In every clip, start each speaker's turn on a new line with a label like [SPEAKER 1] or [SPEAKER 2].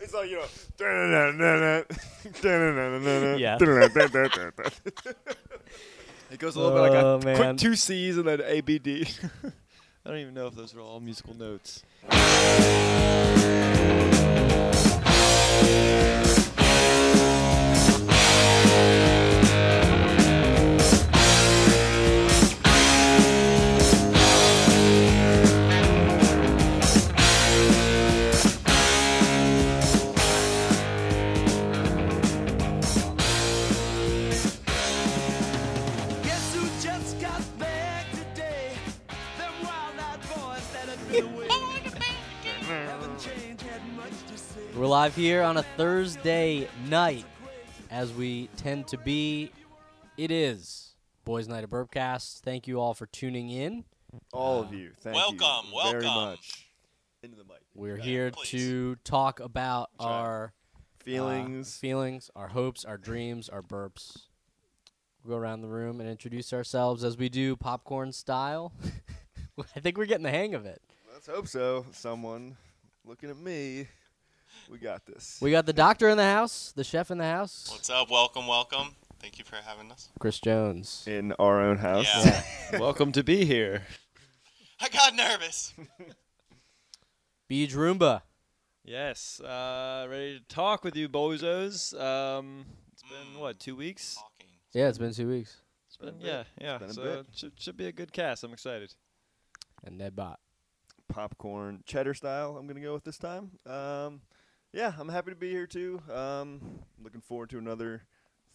[SPEAKER 1] It's like you know. "Da-na-na-na-na, da-na-na-na-na,
[SPEAKER 2] Yeah.
[SPEAKER 1] da-na-na-na-na-na." It goes a little bit like
[SPEAKER 2] Oh,
[SPEAKER 1] a
[SPEAKER 2] man.
[SPEAKER 1] quick two C's and then A B D. I don't even know if those are all musical notes.
[SPEAKER 3] Guess who just got back today? Them wild-eyed boys that had been away. Haven't changed, had much to say.
[SPEAKER 2] We're live here on a Thursday night, as we tend to be. It is Boys Night of Burpcast. Thank you all for tuning in.
[SPEAKER 1] All of you, thank
[SPEAKER 4] Welcome,
[SPEAKER 1] you
[SPEAKER 4] welcome.
[SPEAKER 1] very much. Into the mic.
[SPEAKER 2] We're here
[SPEAKER 4] please.
[SPEAKER 2] to talk about
[SPEAKER 1] right.
[SPEAKER 2] our uh,
[SPEAKER 1] Feelings.
[SPEAKER 2] feelings, our hopes, our dreams, our burps. We'll go around the room and introduce ourselves as we do popcorn style. I think we're getting the hang of it.
[SPEAKER 1] Let's hope so. Someone looking at me. We got this.
[SPEAKER 2] We got the doctor in the house, the chef in the house,
[SPEAKER 4] What's up? Welcome, welcome. Thank you for having us.
[SPEAKER 2] Chris Jones.
[SPEAKER 1] in our own house.
[SPEAKER 4] Yeah.
[SPEAKER 5] Welcome to be here.
[SPEAKER 4] I got nervous.
[SPEAKER 2] Beej Roomba.
[SPEAKER 5] Yes, uh, ready to talk with you, bozos. Um, it's been what two weeks?
[SPEAKER 4] Talking.
[SPEAKER 2] Yeah, it's been two weeks.
[SPEAKER 5] It's been
[SPEAKER 1] been a
[SPEAKER 5] yeah, yeah.
[SPEAKER 1] been a
[SPEAKER 5] so
[SPEAKER 1] bit.
[SPEAKER 5] it should, should be a good cast. I'm excited.
[SPEAKER 2] And Ned Bot.
[SPEAKER 1] popcorn cheddar style. I'm gonna go with this time. Um, yeah, I'm happy to be here too. Um, looking forward to another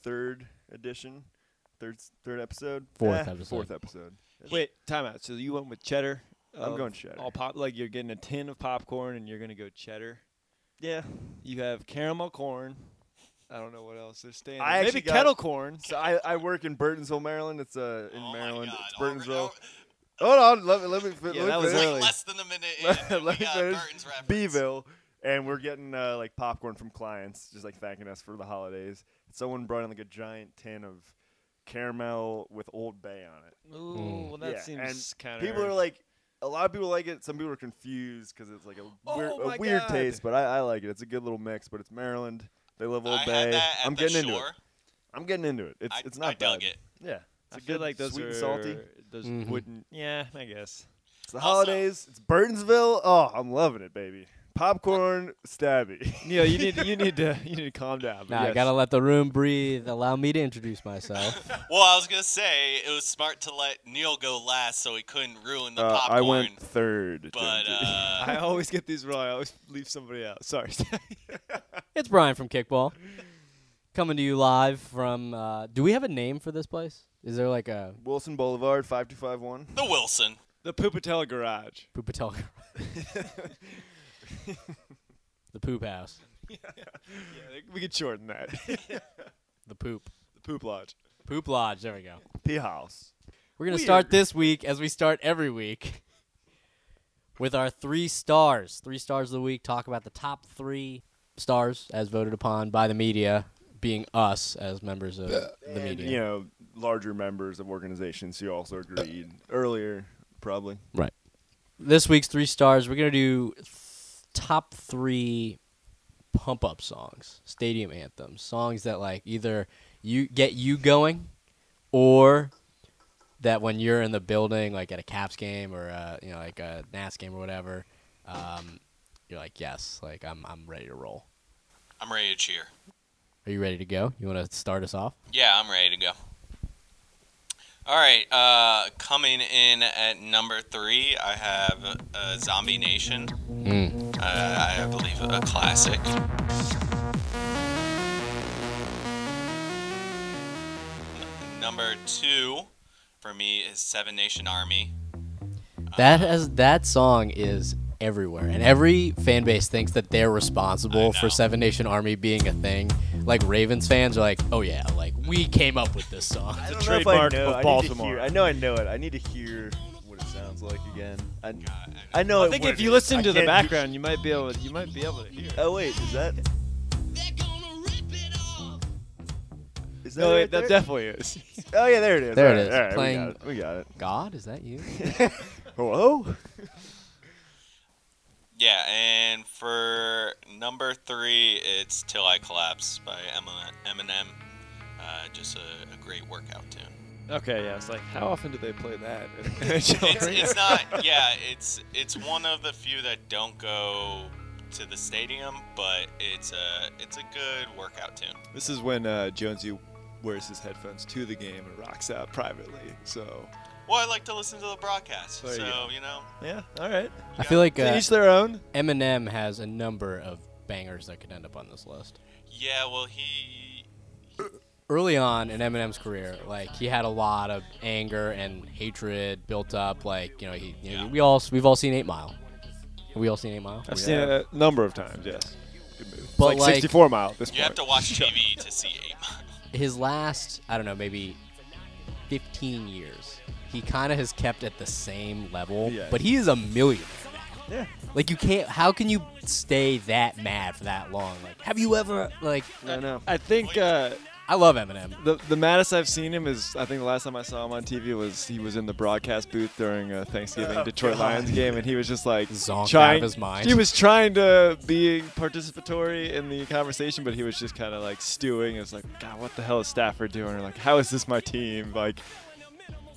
[SPEAKER 1] third edition, third s- third episode,
[SPEAKER 2] Fourth
[SPEAKER 1] Eh,
[SPEAKER 2] episode.
[SPEAKER 1] fourth episode.
[SPEAKER 5] Wait, time out. So you went with cheddar?
[SPEAKER 1] I'm
[SPEAKER 5] of
[SPEAKER 1] going cheddar.
[SPEAKER 5] All pop like you're getting a tin of popcorn and you're gonna go cheddar.
[SPEAKER 1] Yeah.
[SPEAKER 5] You have caramel corn. I don't know what else they're staying.
[SPEAKER 1] I
[SPEAKER 5] Maybe
[SPEAKER 1] actually got-
[SPEAKER 5] kettle corn.
[SPEAKER 1] So I, I work in Burtonsville, Maryland. It's uh in
[SPEAKER 4] oh
[SPEAKER 1] Maryland.
[SPEAKER 4] My God.
[SPEAKER 1] It's
[SPEAKER 4] Already-
[SPEAKER 1] Burtonsville.
[SPEAKER 4] oh,
[SPEAKER 1] Hold on, let me let me fi-
[SPEAKER 5] Yeah,
[SPEAKER 1] let
[SPEAKER 5] that
[SPEAKER 1] me
[SPEAKER 5] was
[SPEAKER 1] finish.
[SPEAKER 4] like
[SPEAKER 5] early.
[SPEAKER 4] less than a minute in.
[SPEAKER 1] Let-
[SPEAKER 4] and
[SPEAKER 1] let me
[SPEAKER 4] we got
[SPEAKER 1] finish.
[SPEAKER 4] Burton's reference.
[SPEAKER 1] Beeville, and we're getting uh, like popcorn from clients, just like thanking us for the holidays. Someone brought in like a giant tin of caramel with Old Bay on it.
[SPEAKER 5] Ooh,
[SPEAKER 2] Mm.
[SPEAKER 5] well that
[SPEAKER 1] Yeah,
[SPEAKER 5] seems kind of.
[SPEAKER 1] People are like, a lot of people like it. Some people are confused because it's like a, weir-
[SPEAKER 5] Oh
[SPEAKER 1] a
[SPEAKER 5] my
[SPEAKER 1] weird
[SPEAKER 5] God.
[SPEAKER 1] taste, but I, I like it. It's a good little mix. But it's Maryland. They love Old
[SPEAKER 4] I
[SPEAKER 1] Bay.
[SPEAKER 4] had that at
[SPEAKER 1] I'm
[SPEAKER 4] the
[SPEAKER 1] getting into
[SPEAKER 4] shore.
[SPEAKER 1] it. I'm getting into it. It's
[SPEAKER 4] I,
[SPEAKER 1] it's not
[SPEAKER 4] I dug
[SPEAKER 1] bad.
[SPEAKER 4] it.
[SPEAKER 1] Yeah, it's
[SPEAKER 5] I
[SPEAKER 1] a
[SPEAKER 5] feel
[SPEAKER 1] good
[SPEAKER 5] like those
[SPEAKER 1] sweet
[SPEAKER 5] are
[SPEAKER 1] and salty.
[SPEAKER 5] Those
[SPEAKER 2] Mhm.
[SPEAKER 5] wouldn't. Yeah, I guess.
[SPEAKER 1] It's the
[SPEAKER 4] Also-
[SPEAKER 1] holidays. It's Burtonsville. Oh, I'm loving it, baby. Popcorn stabby.
[SPEAKER 5] Neil, you need you need to you need to calm down. but
[SPEAKER 2] Now I
[SPEAKER 5] yes.
[SPEAKER 2] gotta let the room breathe. Allow me to introduce myself.
[SPEAKER 4] Well, I was gonna say it was smart to let Neil go last so he couldn't ruin the
[SPEAKER 1] Uh,
[SPEAKER 4] popcorn.
[SPEAKER 1] I went third.
[SPEAKER 4] But
[SPEAKER 1] Jim.
[SPEAKER 4] uh,
[SPEAKER 5] I always get these wrong. I always leave somebody out. Sorry.
[SPEAKER 2] it's Brian from Kickball, coming to you live from. Uh, do we have a name for this place? Is there like a
[SPEAKER 1] Wilson Boulevard, five two five one.
[SPEAKER 4] the Wilson.
[SPEAKER 5] the Pupatella Garage.
[SPEAKER 2] Poopatel? the poop house.
[SPEAKER 5] Yeah, we could shorten that.
[SPEAKER 2] The poop.
[SPEAKER 5] the Poop Lodge.
[SPEAKER 2] Poop lodge. There we go.
[SPEAKER 1] P House.
[SPEAKER 2] We're gonna start this week as we start every week with our three stars. Three stars of the week. Talk about the top three stars as voted upon by the media, being us as members of the
[SPEAKER 1] And,
[SPEAKER 2] media.
[SPEAKER 1] you know, larger members of organizations who also agreed earlier, probably.
[SPEAKER 2] Right. This week's three stars, we're going to do th- top three pump up songs, stadium anthems, songs that like either you get you going or that when you're in the building, like at a Caps game or uh, you know like a Nats game or whatever, um, you're like, yes, like I'm I'm ready to roll.
[SPEAKER 4] I'm ready to cheer.
[SPEAKER 2] Are you ready to go? You want to start us off?
[SPEAKER 4] Yeah, I'm ready to go. All right, uh, coming in at number three, I have uh, Zombie Nation. Uh, I believe a classic. Number two for me is Seven Nation Army.
[SPEAKER 2] That has that song is everywhere, and every fan base thinks that they're responsible
[SPEAKER 4] I
[SPEAKER 2] for
[SPEAKER 4] know.
[SPEAKER 2] Seven Nation Army being a thing. Like Ravens fans are like, "Oh yeah, like we came up with this song."
[SPEAKER 1] I
[SPEAKER 5] don't know if I trademark know. of I need to Baltimore. hear-
[SPEAKER 1] I,
[SPEAKER 5] I
[SPEAKER 1] know I know it. I need to hear what it sounds like again. I,
[SPEAKER 4] God,
[SPEAKER 1] I know
[SPEAKER 5] I think if you listen to the background, you might be able to, you might be able to hear. it.
[SPEAKER 1] Oh wait, is that
[SPEAKER 3] They're gonna rip it off.
[SPEAKER 1] is that
[SPEAKER 5] No,
[SPEAKER 1] right
[SPEAKER 5] it- that
[SPEAKER 1] there?
[SPEAKER 5] definitely is.
[SPEAKER 1] Oh yeah, there it is.
[SPEAKER 2] There
[SPEAKER 1] All
[SPEAKER 2] it
[SPEAKER 1] right,
[SPEAKER 2] is.
[SPEAKER 1] all right,
[SPEAKER 2] Playing-
[SPEAKER 1] We got it.
[SPEAKER 2] God, is that you?
[SPEAKER 1] We got it. Hello.
[SPEAKER 4] Yeah, and for number three, it's "Till I Collapse" by Emma- Eminem. Uh, just a, a great workout tune.
[SPEAKER 5] Okay, yeah. It's like, how often do they play that?
[SPEAKER 4] It's, it's not. Yeah, it's it's one of the few that don't go to the stadium, but it's a it's a good workout tune.
[SPEAKER 5] This is when uh, Jonesy wears his headphones to the game and rocks out privately. So
[SPEAKER 4] Well, I like to listen to the broadcast,
[SPEAKER 5] There you
[SPEAKER 4] so
[SPEAKER 5] go.
[SPEAKER 4] you know.
[SPEAKER 5] yeah, all right.
[SPEAKER 2] I feel like
[SPEAKER 5] To
[SPEAKER 2] uh,
[SPEAKER 5] each their own.
[SPEAKER 2] Eminem has a number of bangers that could end up on this list.
[SPEAKER 4] Yeah, well, he
[SPEAKER 2] Early on in Eminem's career, like he had a lot of anger and hatred built up. Like you know, he, you know,
[SPEAKER 4] Yeah.
[SPEAKER 2] we all we've all seen Eight Mile. Have we all seen Eight Mile?
[SPEAKER 5] I've seen it a number of times. Yes. Good move. It's
[SPEAKER 2] But
[SPEAKER 5] like,
[SPEAKER 2] like-
[SPEAKER 5] 64 mile at this point.
[SPEAKER 4] you have to watch TV to see Eight Mile.
[SPEAKER 2] his last I don't know maybe 15 years he kind of has kept at the same level
[SPEAKER 5] Yeah.
[SPEAKER 2] but he is a millionaire
[SPEAKER 5] Yeah.
[SPEAKER 2] like you can't how can you stay that mad for that long like have you ever like
[SPEAKER 5] I know. I think uh,
[SPEAKER 2] I love Eminem
[SPEAKER 5] the the maddest I've seen him is I think the last time I saw him on TV was he was in the broadcast booth during a Thanksgiving
[SPEAKER 1] Oh,
[SPEAKER 5] Detroit Lions game and he was just like
[SPEAKER 2] Zonked out of
[SPEAKER 5] trying
[SPEAKER 2] his mind.
[SPEAKER 5] He was trying to be participatory in the conversation, but he was just kind of like stewing. It's like, God, what the hell is Stafford doing? Or like, how is this my team? Like,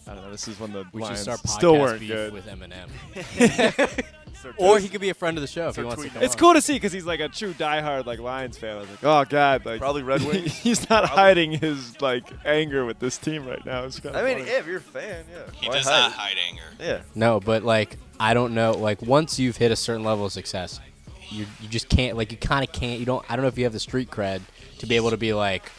[SPEAKER 5] I don't know. This is when the
[SPEAKER 2] we should
[SPEAKER 5] Lions
[SPEAKER 2] start podcast
[SPEAKER 5] still weren't
[SPEAKER 2] beef
[SPEAKER 5] good.
[SPEAKER 2] with Eminem
[SPEAKER 1] Start
[SPEAKER 2] or he
[SPEAKER 1] toast.
[SPEAKER 2] could be a friend of the show if he
[SPEAKER 1] Start
[SPEAKER 2] wants to
[SPEAKER 1] tweeting.
[SPEAKER 2] come
[SPEAKER 5] It's
[SPEAKER 2] on.
[SPEAKER 5] cool to see because he's like a true diehard like Lions fan. I was like, oh god, like
[SPEAKER 1] Probably Red Wings.
[SPEAKER 5] he's not
[SPEAKER 1] Probably.
[SPEAKER 5] hiding his like anger with this team right now. It's kind
[SPEAKER 1] I
[SPEAKER 5] of
[SPEAKER 1] mean, if you're a fan, yeah.
[SPEAKER 4] He
[SPEAKER 1] Why
[SPEAKER 4] does
[SPEAKER 1] hide
[SPEAKER 3] uh,
[SPEAKER 4] not
[SPEAKER 1] it?
[SPEAKER 4] hide anger.
[SPEAKER 1] Yeah.
[SPEAKER 2] no but like I don't know like once you've hit a certain level of success you, you just can't like you kind of can't you don't I don't know if you have the street cred to be able to be like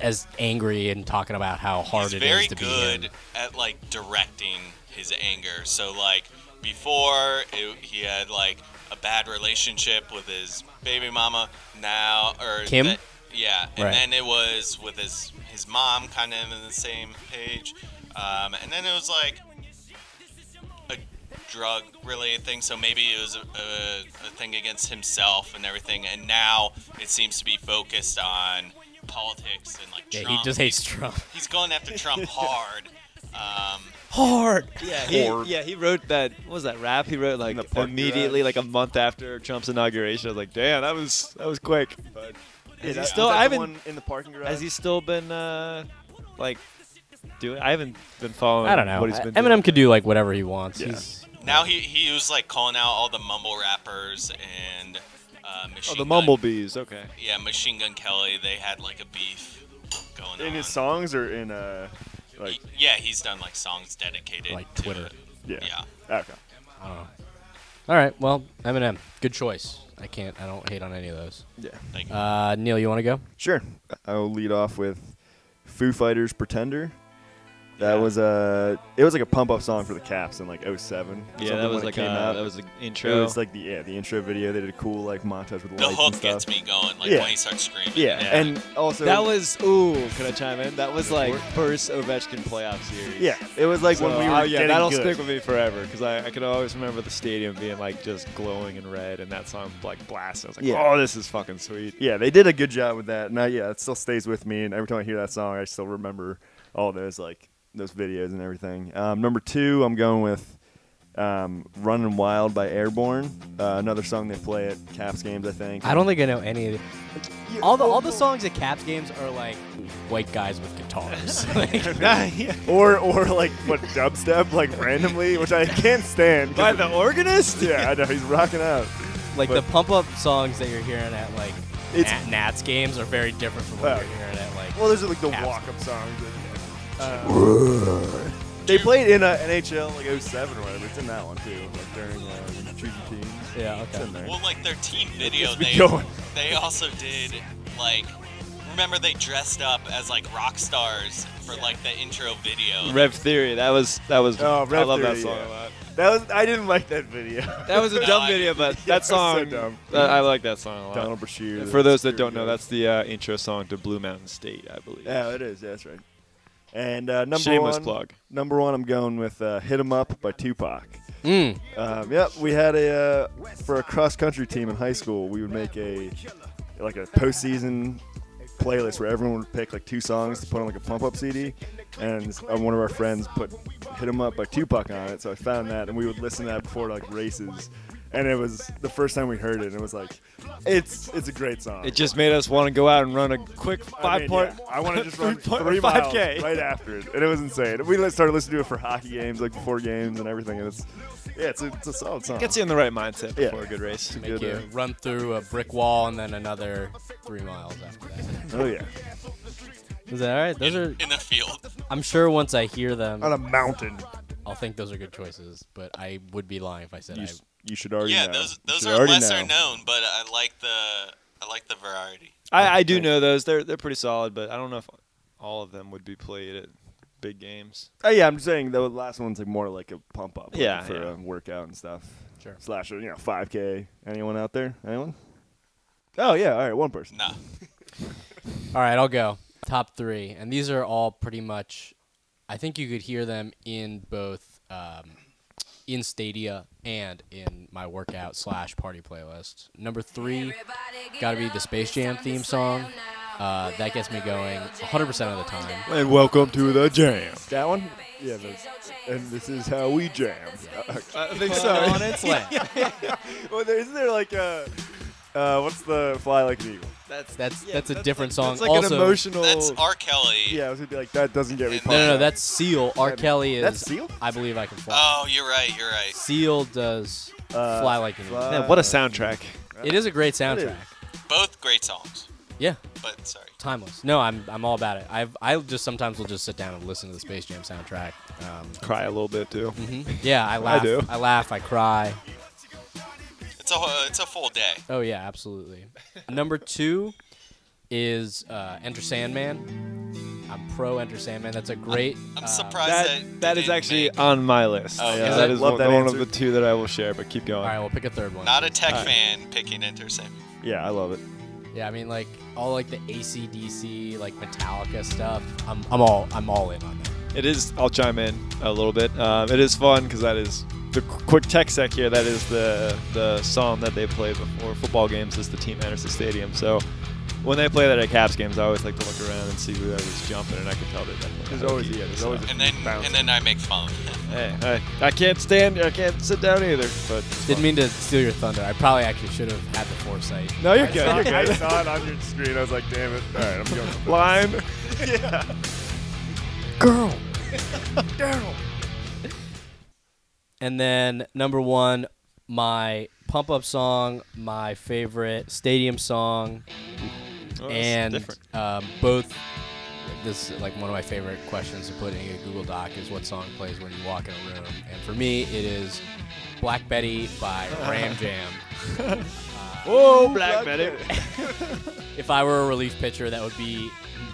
[SPEAKER 2] as angry and talking about how hard
[SPEAKER 4] He's
[SPEAKER 2] it is
[SPEAKER 4] very
[SPEAKER 2] to be him.
[SPEAKER 4] good at like directing his anger. So like before, it, he had like a bad relationship with his baby mama. Now or
[SPEAKER 2] Kim?
[SPEAKER 4] that- yeah, and
[SPEAKER 2] Right.
[SPEAKER 4] then it was with his his mom, kind of in the same page. Um, and then it was like a drug related thing. So maybe it was a, a, a thing against himself and everything. And now it seems to be focused on politics and like
[SPEAKER 2] Yeah,
[SPEAKER 4] Trump.
[SPEAKER 2] he just hates Trump.
[SPEAKER 4] He's going after Trump hard. Um,
[SPEAKER 5] hard. Yeah,
[SPEAKER 1] Hard.
[SPEAKER 5] he, yeah. He wrote that. What was that rap? He wrote like
[SPEAKER 1] the park
[SPEAKER 5] immediately,
[SPEAKER 1] garage.
[SPEAKER 5] like a month after Trump's inauguration. I was like, damn, that was that was quick. But
[SPEAKER 1] Is
[SPEAKER 5] he
[SPEAKER 1] that-
[SPEAKER 5] still-
[SPEAKER 1] is that
[SPEAKER 5] I
[SPEAKER 1] the
[SPEAKER 5] haven't-
[SPEAKER 1] one in the parking garage?
[SPEAKER 5] has he still been uh, like doing? I haven't been following.
[SPEAKER 2] I don't know.
[SPEAKER 5] what he's been.
[SPEAKER 2] Eminem
[SPEAKER 5] doing.
[SPEAKER 2] could do like whatever he wants.
[SPEAKER 5] Yeah.
[SPEAKER 2] He's
[SPEAKER 4] now he, he was like calling out all the mumble rappers and uh, machine.
[SPEAKER 5] Oh,
[SPEAKER 4] Gun-
[SPEAKER 5] the Mumblebees. Okay.
[SPEAKER 4] Yeah, Machine Gun Kelly. They had like a beef going on.
[SPEAKER 1] in his songs or in uh, like
[SPEAKER 4] He- yeah, he's done like songs dedicated
[SPEAKER 2] Like
[SPEAKER 4] to
[SPEAKER 2] Twitter.
[SPEAKER 4] it.
[SPEAKER 1] yeah.
[SPEAKER 4] Yeah.
[SPEAKER 1] Okay.
[SPEAKER 2] all right. Well, Eminem, good choice. I can't. I don't hate on any of those.
[SPEAKER 1] Yeah.
[SPEAKER 4] Like,
[SPEAKER 2] Uh, Neil, you want to go?
[SPEAKER 1] Sure. I'll lead off with Foo Fighters Pretender. That
[SPEAKER 5] Yeah.
[SPEAKER 1] was a it was like a pump up song for the Caps in like 07. something when it came out.
[SPEAKER 5] an
[SPEAKER 1] it
[SPEAKER 5] intro.
[SPEAKER 1] was like the yeah, the intro video. They did a cool like montage with
[SPEAKER 4] the
[SPEAKER 1] lights and
[SPEAKER 4] hook
[SPEAKER 1] stuff.
[SPEAKER 4] gets me going. Like
[SPEAKER 1] Yeah.
[SPEAKER 4] when he starts screaming.
[SPEAKER 1] Yeah. and also
[SPEAKER 5] that was ooh. Can I chime in? That was like first Ovechkin playoff series.
[SPEAKER 1] yeah, it was like when
[SPEAKER 5] So,
[SPEAKER 1] we were
[SPEAKER 5] oh, yeah,
[SPEAKER 1] getting
[SPEAKER 5] that'll
[SPEAKER 1] good.
[SPEAKER 5] stick with me forever because I, I can always remember the stadium being like just glowing in red and that song like blasting. I was like,
[SPEAKER 1] Yeah.
[SPEAKER 5] oh, this is fucking sweet.
[SPEAKER 1] yeah, they did a good job with that. And I, yeah, it still stays with me. And every time I hear that song, I still remember all those like those videos and everything. Um, number two, I'm going with um, "Running Wild" by Airborne. Uh, another song they play at Caps games, I think.
[SPEAKER 2] I don't think I know any of
[SPEAKER 1] Yeah,
[SPEAKER 2] the, all the all the songs at Caps games are like white guys with guitars. Like,
[SPEAKER 1] or or like what dubstep, like randomly, which I can't stand.
[SPEAKER 5] By the organist?
[SPEAKER 1] yeah, I know he's rocking out.
[SPEAKER 2] like the pump up songs that you're hearing at like
[SPEAKER 1] It's-
[SPEAKER 2] Nat- Nats games are very different from what
[SPEAKER 1] Oh.
[SPEAKER 2] you're hearing at like.
[SPEAKER 1] Well, those are like the
[SPEAKER 2] Caps.
[SPEAKER 1] walk-up songs. Uh, they played in uh, NHL like 07 or whatever. It's in that one too, like during uh, choosing teams.
[SPEAKER 2] Yeah,
[SPEAKER 1] It's
[SPEAKER 2] okay.
[SPEAKER 1] in there.
[SPEAKER 4] Well, like their team video,
[SPEAKER 1] gets me
[SPEAKER 4] they
[SPEAKER 1] going.
[SPEAKER 4] they also did like remember they dressed up as like rock stars for like the intro video.
[SPEAKER 5] Rev Theory. That was that was.
[SPEAKER 1] Oh,
[SPEAKER 5] I
[SPEAKER 1] Rev
[SPEAKER 5] love that
[SPEAKER 1] Theory,
[SPEAKER 5] song
[SPEAKER 1] yeah.
[SPEAKER 5] a lot.
[SPEAKER 1] That was I didn't like that video.
[SPEAKER 5] That was a
[SPEAKER 4] No,
[SPEAKER 5] dumb
[SPEAKER 4] I-
[SPEAKER 5] video, but
[SPEAKER 1] Yeah,
[SPEAKER 5] that
[SPEAKER 1] so
[SPEAKER 5] song.
[SPEAKER 1] dumb.
[SPEAKER 5] I, I like that song a lot.
[SPEAKER 1] Donald Brashear.
[SPEAKER 5] For
[SPEAKER 1] the
[SPEAKER 5] those that don't
[SPEAKER 1] security
[SPEAKER 5] know,
[SPEAKER 1] guard.
[SPEAKER 5] that's the uh, intro song to Blue Mountain State, I believe.
[SPEAKER 1] yeah, it is. Yeah, that's right. And uh, number
[SPEAKER 5] Shameless
[SPEAKER 1] one,
[SPEAKER 5] plug.
[SPEAKER 1] number one, I'm going with uh, "Hit 'Em Up" by Tupac.
[SPEAKER 2] Mm.
[SPEAKER 1] Um, yep, we had a uh, for a cross country team in high school. We would make a like a postseason playlist where everyone would pick like two songs to put on like a pump up CD, and s- uh, one of our friends put "Hit 'Em Up" by Tupac on it. So I found that, and we would listen to that before like races. and it was the first time we heard it, and it was like, it's it's a great song.
[SPEAKER 5] It just made us want to go out and run a quick
[SPEAKER 1] I
[SPEAKER 5] five
[SPEAKER 1] mean,
[SPEAKER 5] point.
[SPEAKER 1] yeah, I want to just run
[SPEAKER 5] three point-
[SPEAKER 1] three
[SPEAKER 5] five
[SPEAKER 1] miles
[SPEAKER 5] K.
[SPEAKER 1] right after it, and it was insane. We li- started listening to it for hockey games, like before games and everything. And it's yeah, it's a, it's a solid song.
[SPEAKER 5] Gets you in the right mindset
[SPEAKER 1] Yeah.
[SPEAKER 5] before a good race.
[SPEAKER 1] Make
[SPEAKER 2] You run through a brick wall and then another three miles after that.
[SPEAKER 1] oh yeah,
[SPEAKER 2] Is that all right? Those are.
[SPEAKER 4] in the field.
[SPEAKER 2] I'm sure once I hear them,
[SPEAKER 1] on a mountain.
[SPEAKER 2] I'll think those are good choices. But I would be lying if I said
[SPEAKER 1] You,
[SPEAKER 2] I.
[SPEAKER 1] s- you should already
[SPEAKER 4] Yeah,
[SPEAKER 1] know.
[SPEAKER 4] those
[SPEAKER 1] You
[SPEAKER 4] those
[SPEAKER 1] should
[SPEAKER 4] are
[SPEAKER 1] already
[SPEAKER 4] lesser
[SPEAKER 1] know.
[SPEAKER 4] known, but I like the I like the variety.
[SPEAKER 5] I, I do know those. They're they're pretty solid, but I don't know if all of them would be played at big games.
[SPEAKER 1] Oh, yeah, I'm just saying the last one's like more like a pump up. like,
[SPEAKER 5] Yeah,
[SPEAKER 1] for
[SPEAKER 5] yeah.
[SPEAKER 1] a workout and stuff.
[SPEAKER 2] Sure.
[SPEAKER 1] Slash, you know, 5K. Anyone out there? Anyone? Oh yeah, all right, one person.
[SPEAKER 4] Nah.
[SPEAKER 2] All right, I'll go. Top three, and these are all pretty much. I think you could hear them in both um, in Stadia and in my workout slash party playlist. Number three,
[SPEAKER 6] Gotta be the Space Jam theme song.
[SPEAKER 2] uh, that gets me going 100% of the time.
[SPEAKER 1] And welcome to the jam. That one? Yeah. That's, and this is how we jam.
[SPEAKER 5] I think
[SPEAKER 2] On its way.
[SPEAKER 1] well, there, isn't there like a uh, what's the fly like an eagle?
[SPEAKER 5] That's
[SPEAKER 2] That's that's a different song.
[SPEAKER 5] That's like
[SPEAKER 2] also,
[SPEAKER 5] an emotional.
[SPEAKER 4] That's R. Kelly.
[SPEAKER 1] Yeah, I was gonna be like that doesn't get me.
[SPEAKER 4] No,
[SPEAKER 1] pumped
[SPEAKER 2] No, no, no,
[SPEAKER 1] up.
[SPEAKER 2] that's Seal. R.
[SPEAKER 1] That'd be-
[SPEAKER 2] Kelly is.
[SPEAKER 1] that's Seal?
[SPEAKER 2] I believe I can fly.
[SPEAKER 4] Oh, you're right. You're right.
[SPEAKER 2] Seal does
[SPEAKER 1] Uh,
[SPEAKER 2] fly like an
[SPEAKER 1] Fly-
[SPEAKER 2] eagle.
[SPEAKER 5] Man, what a soundtrack.
[SPEAKER 2] It is a great
[SPEAKER 1] is.
[SPEAKER 2] soundtrack.
[SPEAKER 4] Both great songs,
[SPEAKER 2] Yeah,
[SPEAKER 4] but sorry.
[SPEAKER 2] timeless. No, I'm I'm all about it. I've I just sometimes will just sit down and listen to the Space Jam soundtrack. Um,
[SPEAKER 5] Cry a little bit too.
[SPEAKER 2] yeah, I laugh.
[SPEAKER 5] do.
[SPEAKER 2] I laugh. I cry.
[SPEAKER 4] It's a whole- it's a full day.
[SPEAKER 2] Oh yeah, absolutely. Number two is uh, Enter Sandman. I'm pro Enter Sandman. That's a great.
[SPEAKER 4] I'm
[SPEAKER 2] uh,
[SPEAKER 4] surprised
[SPEAKER 5] That
[SPEAKER 4] that
[SPEAKER 5] that is actually on my list.
[SPEAKER 4] Oh,
[SPEAKER 5] yeah,
[SPEAKER 4] is
[SPEAKER 5] that
[SPEAKER 2] it?
[SPEAKER 5] is
[SPEAKER 1] Love
[SPEAKER 5] one,
[SPEAKER 1] that
[SPEAKER 5] one of
[SPEAKER 1] answer.
[SPEAKER 5] the two that I will share. But keep going.
[SPEAKER 2] All right, we'll pick a third one.
[SPEAKER 4] not a tech fan picking Enter Sandman.
[SPEAKER 1] Yeah, I love it.
[SPEAKER 2] Yeah, I mean like all like the ACDC, like Metallica stuff. I'm I'm all I'm all in on that.
[SPEAKER 5] It is. I'll chime in a little bit. Um, it is fun because that is the qu- quick tech sec here. That is the the song that they play before football games. Is the team enters the stadium. So when they play that at Caps games, I always like to look around and see who was jumping, and I can tell they definitely.
[SPEAKER 1] There's
[SPEAKER 5] have a
[SPEAKER 1] always-
[SPEAKER 5] key.
[SPEAKER 1] yeah, there's
[SPEAKER 5] So,
[SPEAKER 1] always a-
[SPEAKER 4] And then
[SPEAKER 1] Bounce.
[SPEAKER 4] and then I make fun.
[SPEAKER 5] Hey, hey, I can't stand. I can't sit down either. But it's
[SPEAKER 2] Didn't
[SPEAKER 5] fun.
[SPEAKER 2] mean to steal your thunder. I probably actually should have had the foresight.
[SPEAKER 5] No, you're good.
[SPEAKER 1] I
[SPEAKER 5] You're
[SPEAKER 1] saw- I
[SPEAKER 5] good.
[SPEAKER 1] saw it on your screen. I was like, damn it. All right, I'm going.
[SPEAKER 5] Lime.
[SPEAKER 2] girl. And then number one, my pump up song, my favorite stadium song,
[SPEAKER 5] Oh, it's
[SPEAKER 2] and
[SPEAKER 5] different.
[SPEAKER 2] um, both. This is like one of my favorite questions to put in a Google Doc is what song plays when you walk in a room, and for me it is Black Betty by Ram Jam.
[SPEAKER 5] Oh, Black Betty.
[SPEAKER 2] If I were a relief pitcher, that would be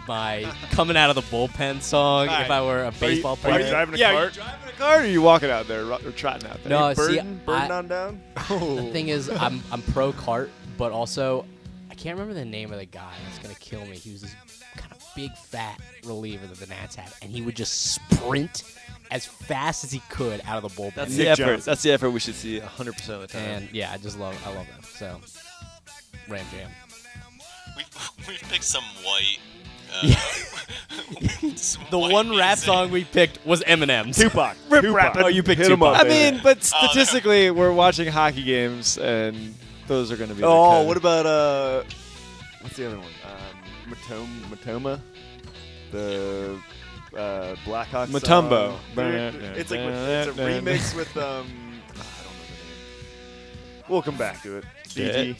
[SPEAKER 2] my coming out of the bullpen song.
[SPEAKER 5] Alright.
[SPEAKER 2] If I were a
[SPEAKER 1] Are you,
[SPEAKER 2] baseball
[SPEAKER 1] are
[SPEAKER 2] player,
[SPEAKER 1] you driving a
[SPEAKER 5] yeah, are you
[SPEAKER 1] cart?
[SPEAKER 5] driving a car or are you walking out there ro- or trotting out there?
[SPEAKER 2] No,
[SPEAKER 5] You
[SPEAKER 2] see,
[SPEAKER 1] Burden, burden
[SPEAKER 2] I-
[SPEAKER 1] on down.
[SPEAKER 2] The thing is, I'm I'm pro cart, but also I can't remember the name of the guy that's gonna kill me. He was this kind of big fat reliever that the Nats had, and he would just sprint as fast as he could out of the bullpen.
[SPEAKER 5] That's
[SPEAKER 1] Nick
[SPEAKER 5] the effort.
[SPEAKER 1] Johnson.
[SPEAKER 5] That's the effort we should see 100 percent of the time.
[SPEAKER 2] and yeah, I just love I love that. So Ram Jam.
[SPEAKER 4] We we picked some white. Uh, some
[SPEAKER 2] The
[SPEAKER 4] white
[SPEAKER 2] one rap
[SPEAKER 4] music.
[SPEAKER 2] song we picked was Eminem's.
[SPEAKER 1] Tupac.
[SPEAKER 5] Rip
[SPEAKER 1] Tupac.
[SPEAKER 5] rap.
[SPEAKER 1] Oh, you picked Hit 'em
[SPEAKER 5] I
[SPEAKER 1] up, baby.
[SPEAKER 5] mean, but
[SPEAKER 4] Oh, no.
[SPEAKER 5] statistically, we're watching hockey games, and those are going to be. the
[SPEAKER 1] Oh,
[SPEAKER 5] kind
[SPEAKER 1] what
[SPEAKER 5] of-
[SPEAKER 1] about uh, what's the other one? Um, Matom- Matoma, the uh, Blackhawks.
[SPEAKER 5] Matumbo.
[SPEAKER 1] song. It's like with, it's a remix with um. I don't know the name. We'll come back to it. DG.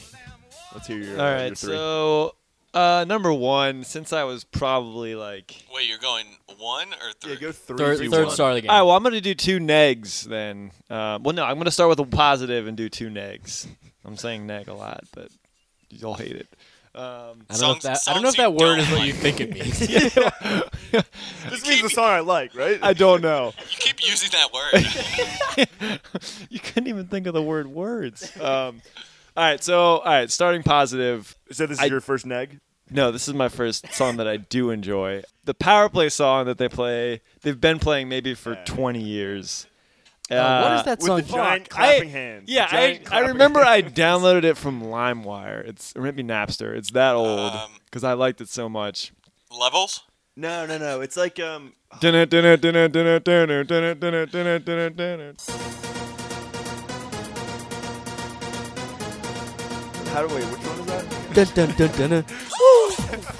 [SPEAKER 1] Let's hear your.
[SPEAKER 5] All
[SPEAKER 1] uh, your
[SPEAKER 5] right,
[SPEAKER 1] three.
[SPEAKER 5] so uh, number one, since I was probably like,
[SPEAKER 4] Wait, you're going one or three?
[SPEAKER 1] yeah, go three.
[SPEAKER 2] Third,
[SPEAKER 1] two,
[SPEAKER 2] third
[SPEAKER 1] one.
[SPEAKER 2] star of the game.
[SPEAKER 5] all right, well, I'm going to do two negs then. Uh, well, no, I'm going to start with a positive and do two negs. I'm saying neg a lot, but you'll hate it. Um,
[SPEAKER 2] I don't know if
[SPEAKER 4] Songs-
[SPEAKER 2] that, I don't know
[SPEAKER 4] songs
[SPEAKER 2] if that
[SPEAKER 4] you
[SPEAKER 2] word
[SPEAKER 4] don't
[SPEAKER 2] is what
[SPEAKER 4] like.
[SPEAKER 2] you think it means.
[SPEAKER 1] This means the song I like, right?
[SPEAKER 5] I don't know.
[SPEAKER 4] You keep using that word.
[SPEAKER 5] you couldn't even think of the word words. Um, all right, so all right, starting positive.
[SPEAKER 1] So this is
[SPEAKER 5] I-
[SPEAKER 1] your first neg.
[SPEAKER 5] No, this is my first song that I do enjoy. The power play song that they play, they've been playing maybe for 20 years.
[SPEAKER 2] Uh, what
[SPEAKER 5] Uh,
[SPEAKER 2] is that
[SPEAKER 1] With
[SPEAKER 2] song?
[SPEAKER 1] the giant
[SPEAKER 5] I-
[SPEAKER 1] clapping hands.
[SPEAKER 5] Yeah,
[SPEAKER 1] The
[SPEAKER 5] I,
[SPEAKER 1] giant
[SPEAKER 5] I
[SPEAKER 1] clapping
[SPEAKER 5] remember
[SPEAKER 1] hands.
[SPEAKER 5] I downloaded it from LimeWire. It's or maybe Napster. It's that old
[SPEAKER 4] Um,
[SPEAKER 5] because I liked it so much.
[SPEAKER 4] Levels?
[SPEAKER 1] No, no, no. It's like um.
[SPEAKER 5] Dunno, dunno, dunno, dunno, dunno, dunno, dunno, dunno, dunno, dunno.
[SPEAKER 1] How do we? Which one is that?
[SPEAKER 2] Dun, dun, dun, dun, dun.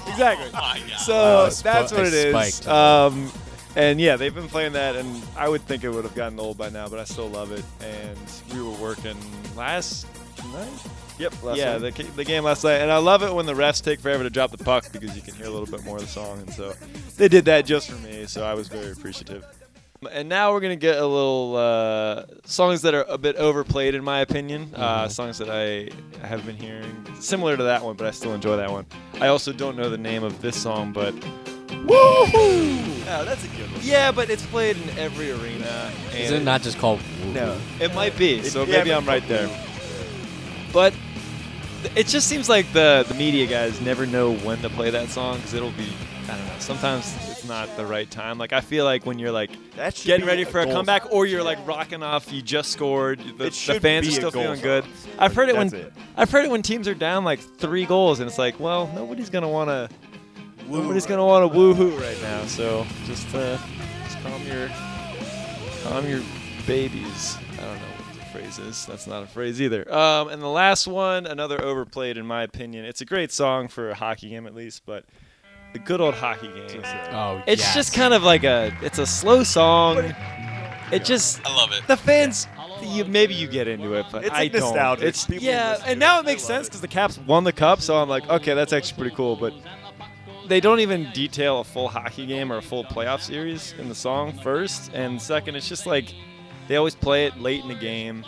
[SPEAKER 5] Exactly.
[SPEAKER 4] My God.
[SPEAKER 5] So
[SPEAKER 1] Oh,
[SPEAKER 2] Wow, it's
[SPEAKER 5] that's
[SPEAKER 2] spi-
[SPEAKER 5] what it
[SPEAKER 2] it's
[SPEAKER 5] is.
[SPEAKER 2] spiked.
[SPEAKER 5] Um, and yeah, they've been playing that, and I would think it would have gotten old by now, but I still love it. And we were working last night.
[SPEAKER 1] Yep. Last
[SPEAKER 5] yeah,
[SPEAKER 1] one.
[SPEAKER 5] the, ca- the game last night, and I love it when the refs take forever to drop the puck because you can hear a little bit more of the song, and so they did that just for me, so I was very appreciative. And now we're gonna get a little uh, songs that are a bit overplayed, in my opinion. Uh,
[SPEAKER 1] Mm-hmm.
[SPEAKER 5] songs that I have been hearing similar to that one, but I still enjoy that one. I also don't know the name of this song, but woohoo!
[SPEAKER 1] Oh, that's a good one.
[SPEAKER 5] Yeah, but it's played in every arena.
[SPEAKER 2] Is
[SPEAKER 5] and-
[SPEAKER 2] it not just called
[SPEAKER 1] No.
[SPEAKER 5] it might be, so
[SPEAKER 1] It- yeah,
[SPEAKER 5] maybe
[SPEAKER 1] but-
[SPEAKER 5] I'm right there. But th- it just seems like the, the media guys never know when to play that song because it'll be, I don't know, sometimes it's not the right time. Like, I feel like when you're like
[SPEAKER 1] That should
[SPEAKER 5] getting
[SPEAKER 1] be
[SPEAKER 5] ready
[SPEAKER 1] a
[SPEAKER 5] for a
[SPEAKER 1] goal
[SPEAKER 5] comeback
[SPEAKER 1] song.
[SPEAKER 5] or you're like rocking off, you just scored, the, the
[SPEAKER 1] It should
[SPEAKER 5] fans are
[SPEAKER 1] be a
[SPEAKER 5] still
[SPEAKER 1] goal
[SPEAKER 5] feeling
[SPEAKER 1] song.
[SPEAKER 5] good. I've heard it when
[SPEAKER 1] That's it.
[SPEAKER 5] I've heard it when teams are down like three goals and it's like, well, nobody's gonna wanna nobody's gonna wanna woohoo right now. So just uh, just calm your calm your babies. I don't know what the phrase is. That's not a phrase either. Um, and the last one, another overplayed in my opinion. It's a great song for a hockey game at least, but the good old hockey game.
[SPEAKER 2] Oh,
[SPEAKER 5] It's
[SPEAKER 2] yes.
[SPEAKER 5] just kind of like a it's a slow song. It just
[SPEAKER 4] I love it.
[SPEAKER 5] the fans, you, maybe you get into it, but
[SPEAKER 1] It's, like,
[SPEAKER 5] I don't.
[SPEAKER 1] nostalgic.
[SPEAKER 5] It's
[SPEAKER 1] People
[SPEAKER 5] yeah,
[SPEAKER 1] listen to
[SPEAKER 5] and now
[SPEAKER 1] it.
[SPEAKER 5] it makes
[SPEAKER 1] I love
[SPEAKER 5] sense
[SPEAKER 1] it.
[SPEAKER 5] because the Caps won the cup, so I'm like, okay, that's actually pretty cool. But they don't even detail a full hockey game or a full playoff series in the song first, and second, it's just like they always play it late in the game,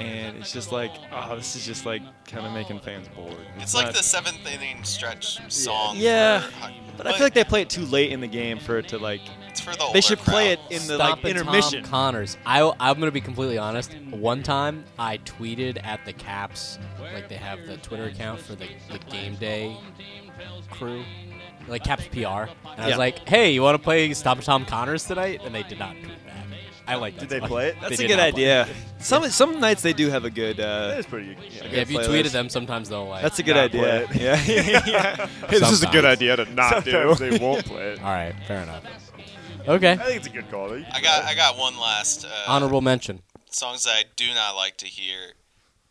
[SPEAKER 5] and it's just like, oh, this is just like kind of making fans bored.
[SPEAKER 4] It's like
[SPEAKER 5] not-
[SPEAKER 4] the seventh inning stretch song.
[SPEAKER 5] Yeah.
[SPEAKER 4] for hockey.
[SPEAKER 5] But I feel like they play it too late in the game for it to like.
[SPEAKER 4] it's for the older
[SPEAKER 5] They should play it
[SPEAKER 4] crowd.
[SPEAKER 5] in the
[SPEAKER 2] Stop
[SPEAKER 5] like intermission.
[SPEAKER 2] Tom Connors. I, I'm going to be completely honest. One time I tweeted at the Caps, like they have the Twitter account for the, the game day crew, like Caps PR. And I
[SPEAKER 5] Yeah.
[SPEAKER 2] was like, hey, you want to play Stop and Tom Connors tonight? And they did not tweet back. I like that
[SPEAKER 1] Did they
[SPEAKER 2] song.
[SPEAKER 1] play it?
[SPEAKER 5] That's
[SPEAKER 2] They
[SPEAKER 5] a
[SPEAKER 2] did
[SPEAKER 5] good
[SPEAKER 2] not play it.
[SPEAKER 5] idea. Some some nights they do have a good. Uh,
[SPEAKER 1] That is pretty. Yeah.
[SPEAKER 2] Yeah, if you
[SPEAKER 5] playlist.
[SPEAKER 2] tweet at them, sometimes they'll like.
[SPEAKER 5] That's a good
[SPEAKER 1] not
[SPEAKER 5] idea.
[SPEAKER 1] play
[SPEAKER 5] Yeah. yeah. Hey, this is a good
[SPEAKER 2] Sometimes.
[SPEAKER 5] idea to not do.
[SPEAKER 1] Sometimes they won't play it.
[SPEAKER 2] All right, fair enough. Okay.
[SPEAKER 1] I think it's a good call. though.
[SPEAKER 4] I got I got one last uh,
[SPEAKER 2] Honorable mention.
[SPEAKER 4] songs that I do not like to hear.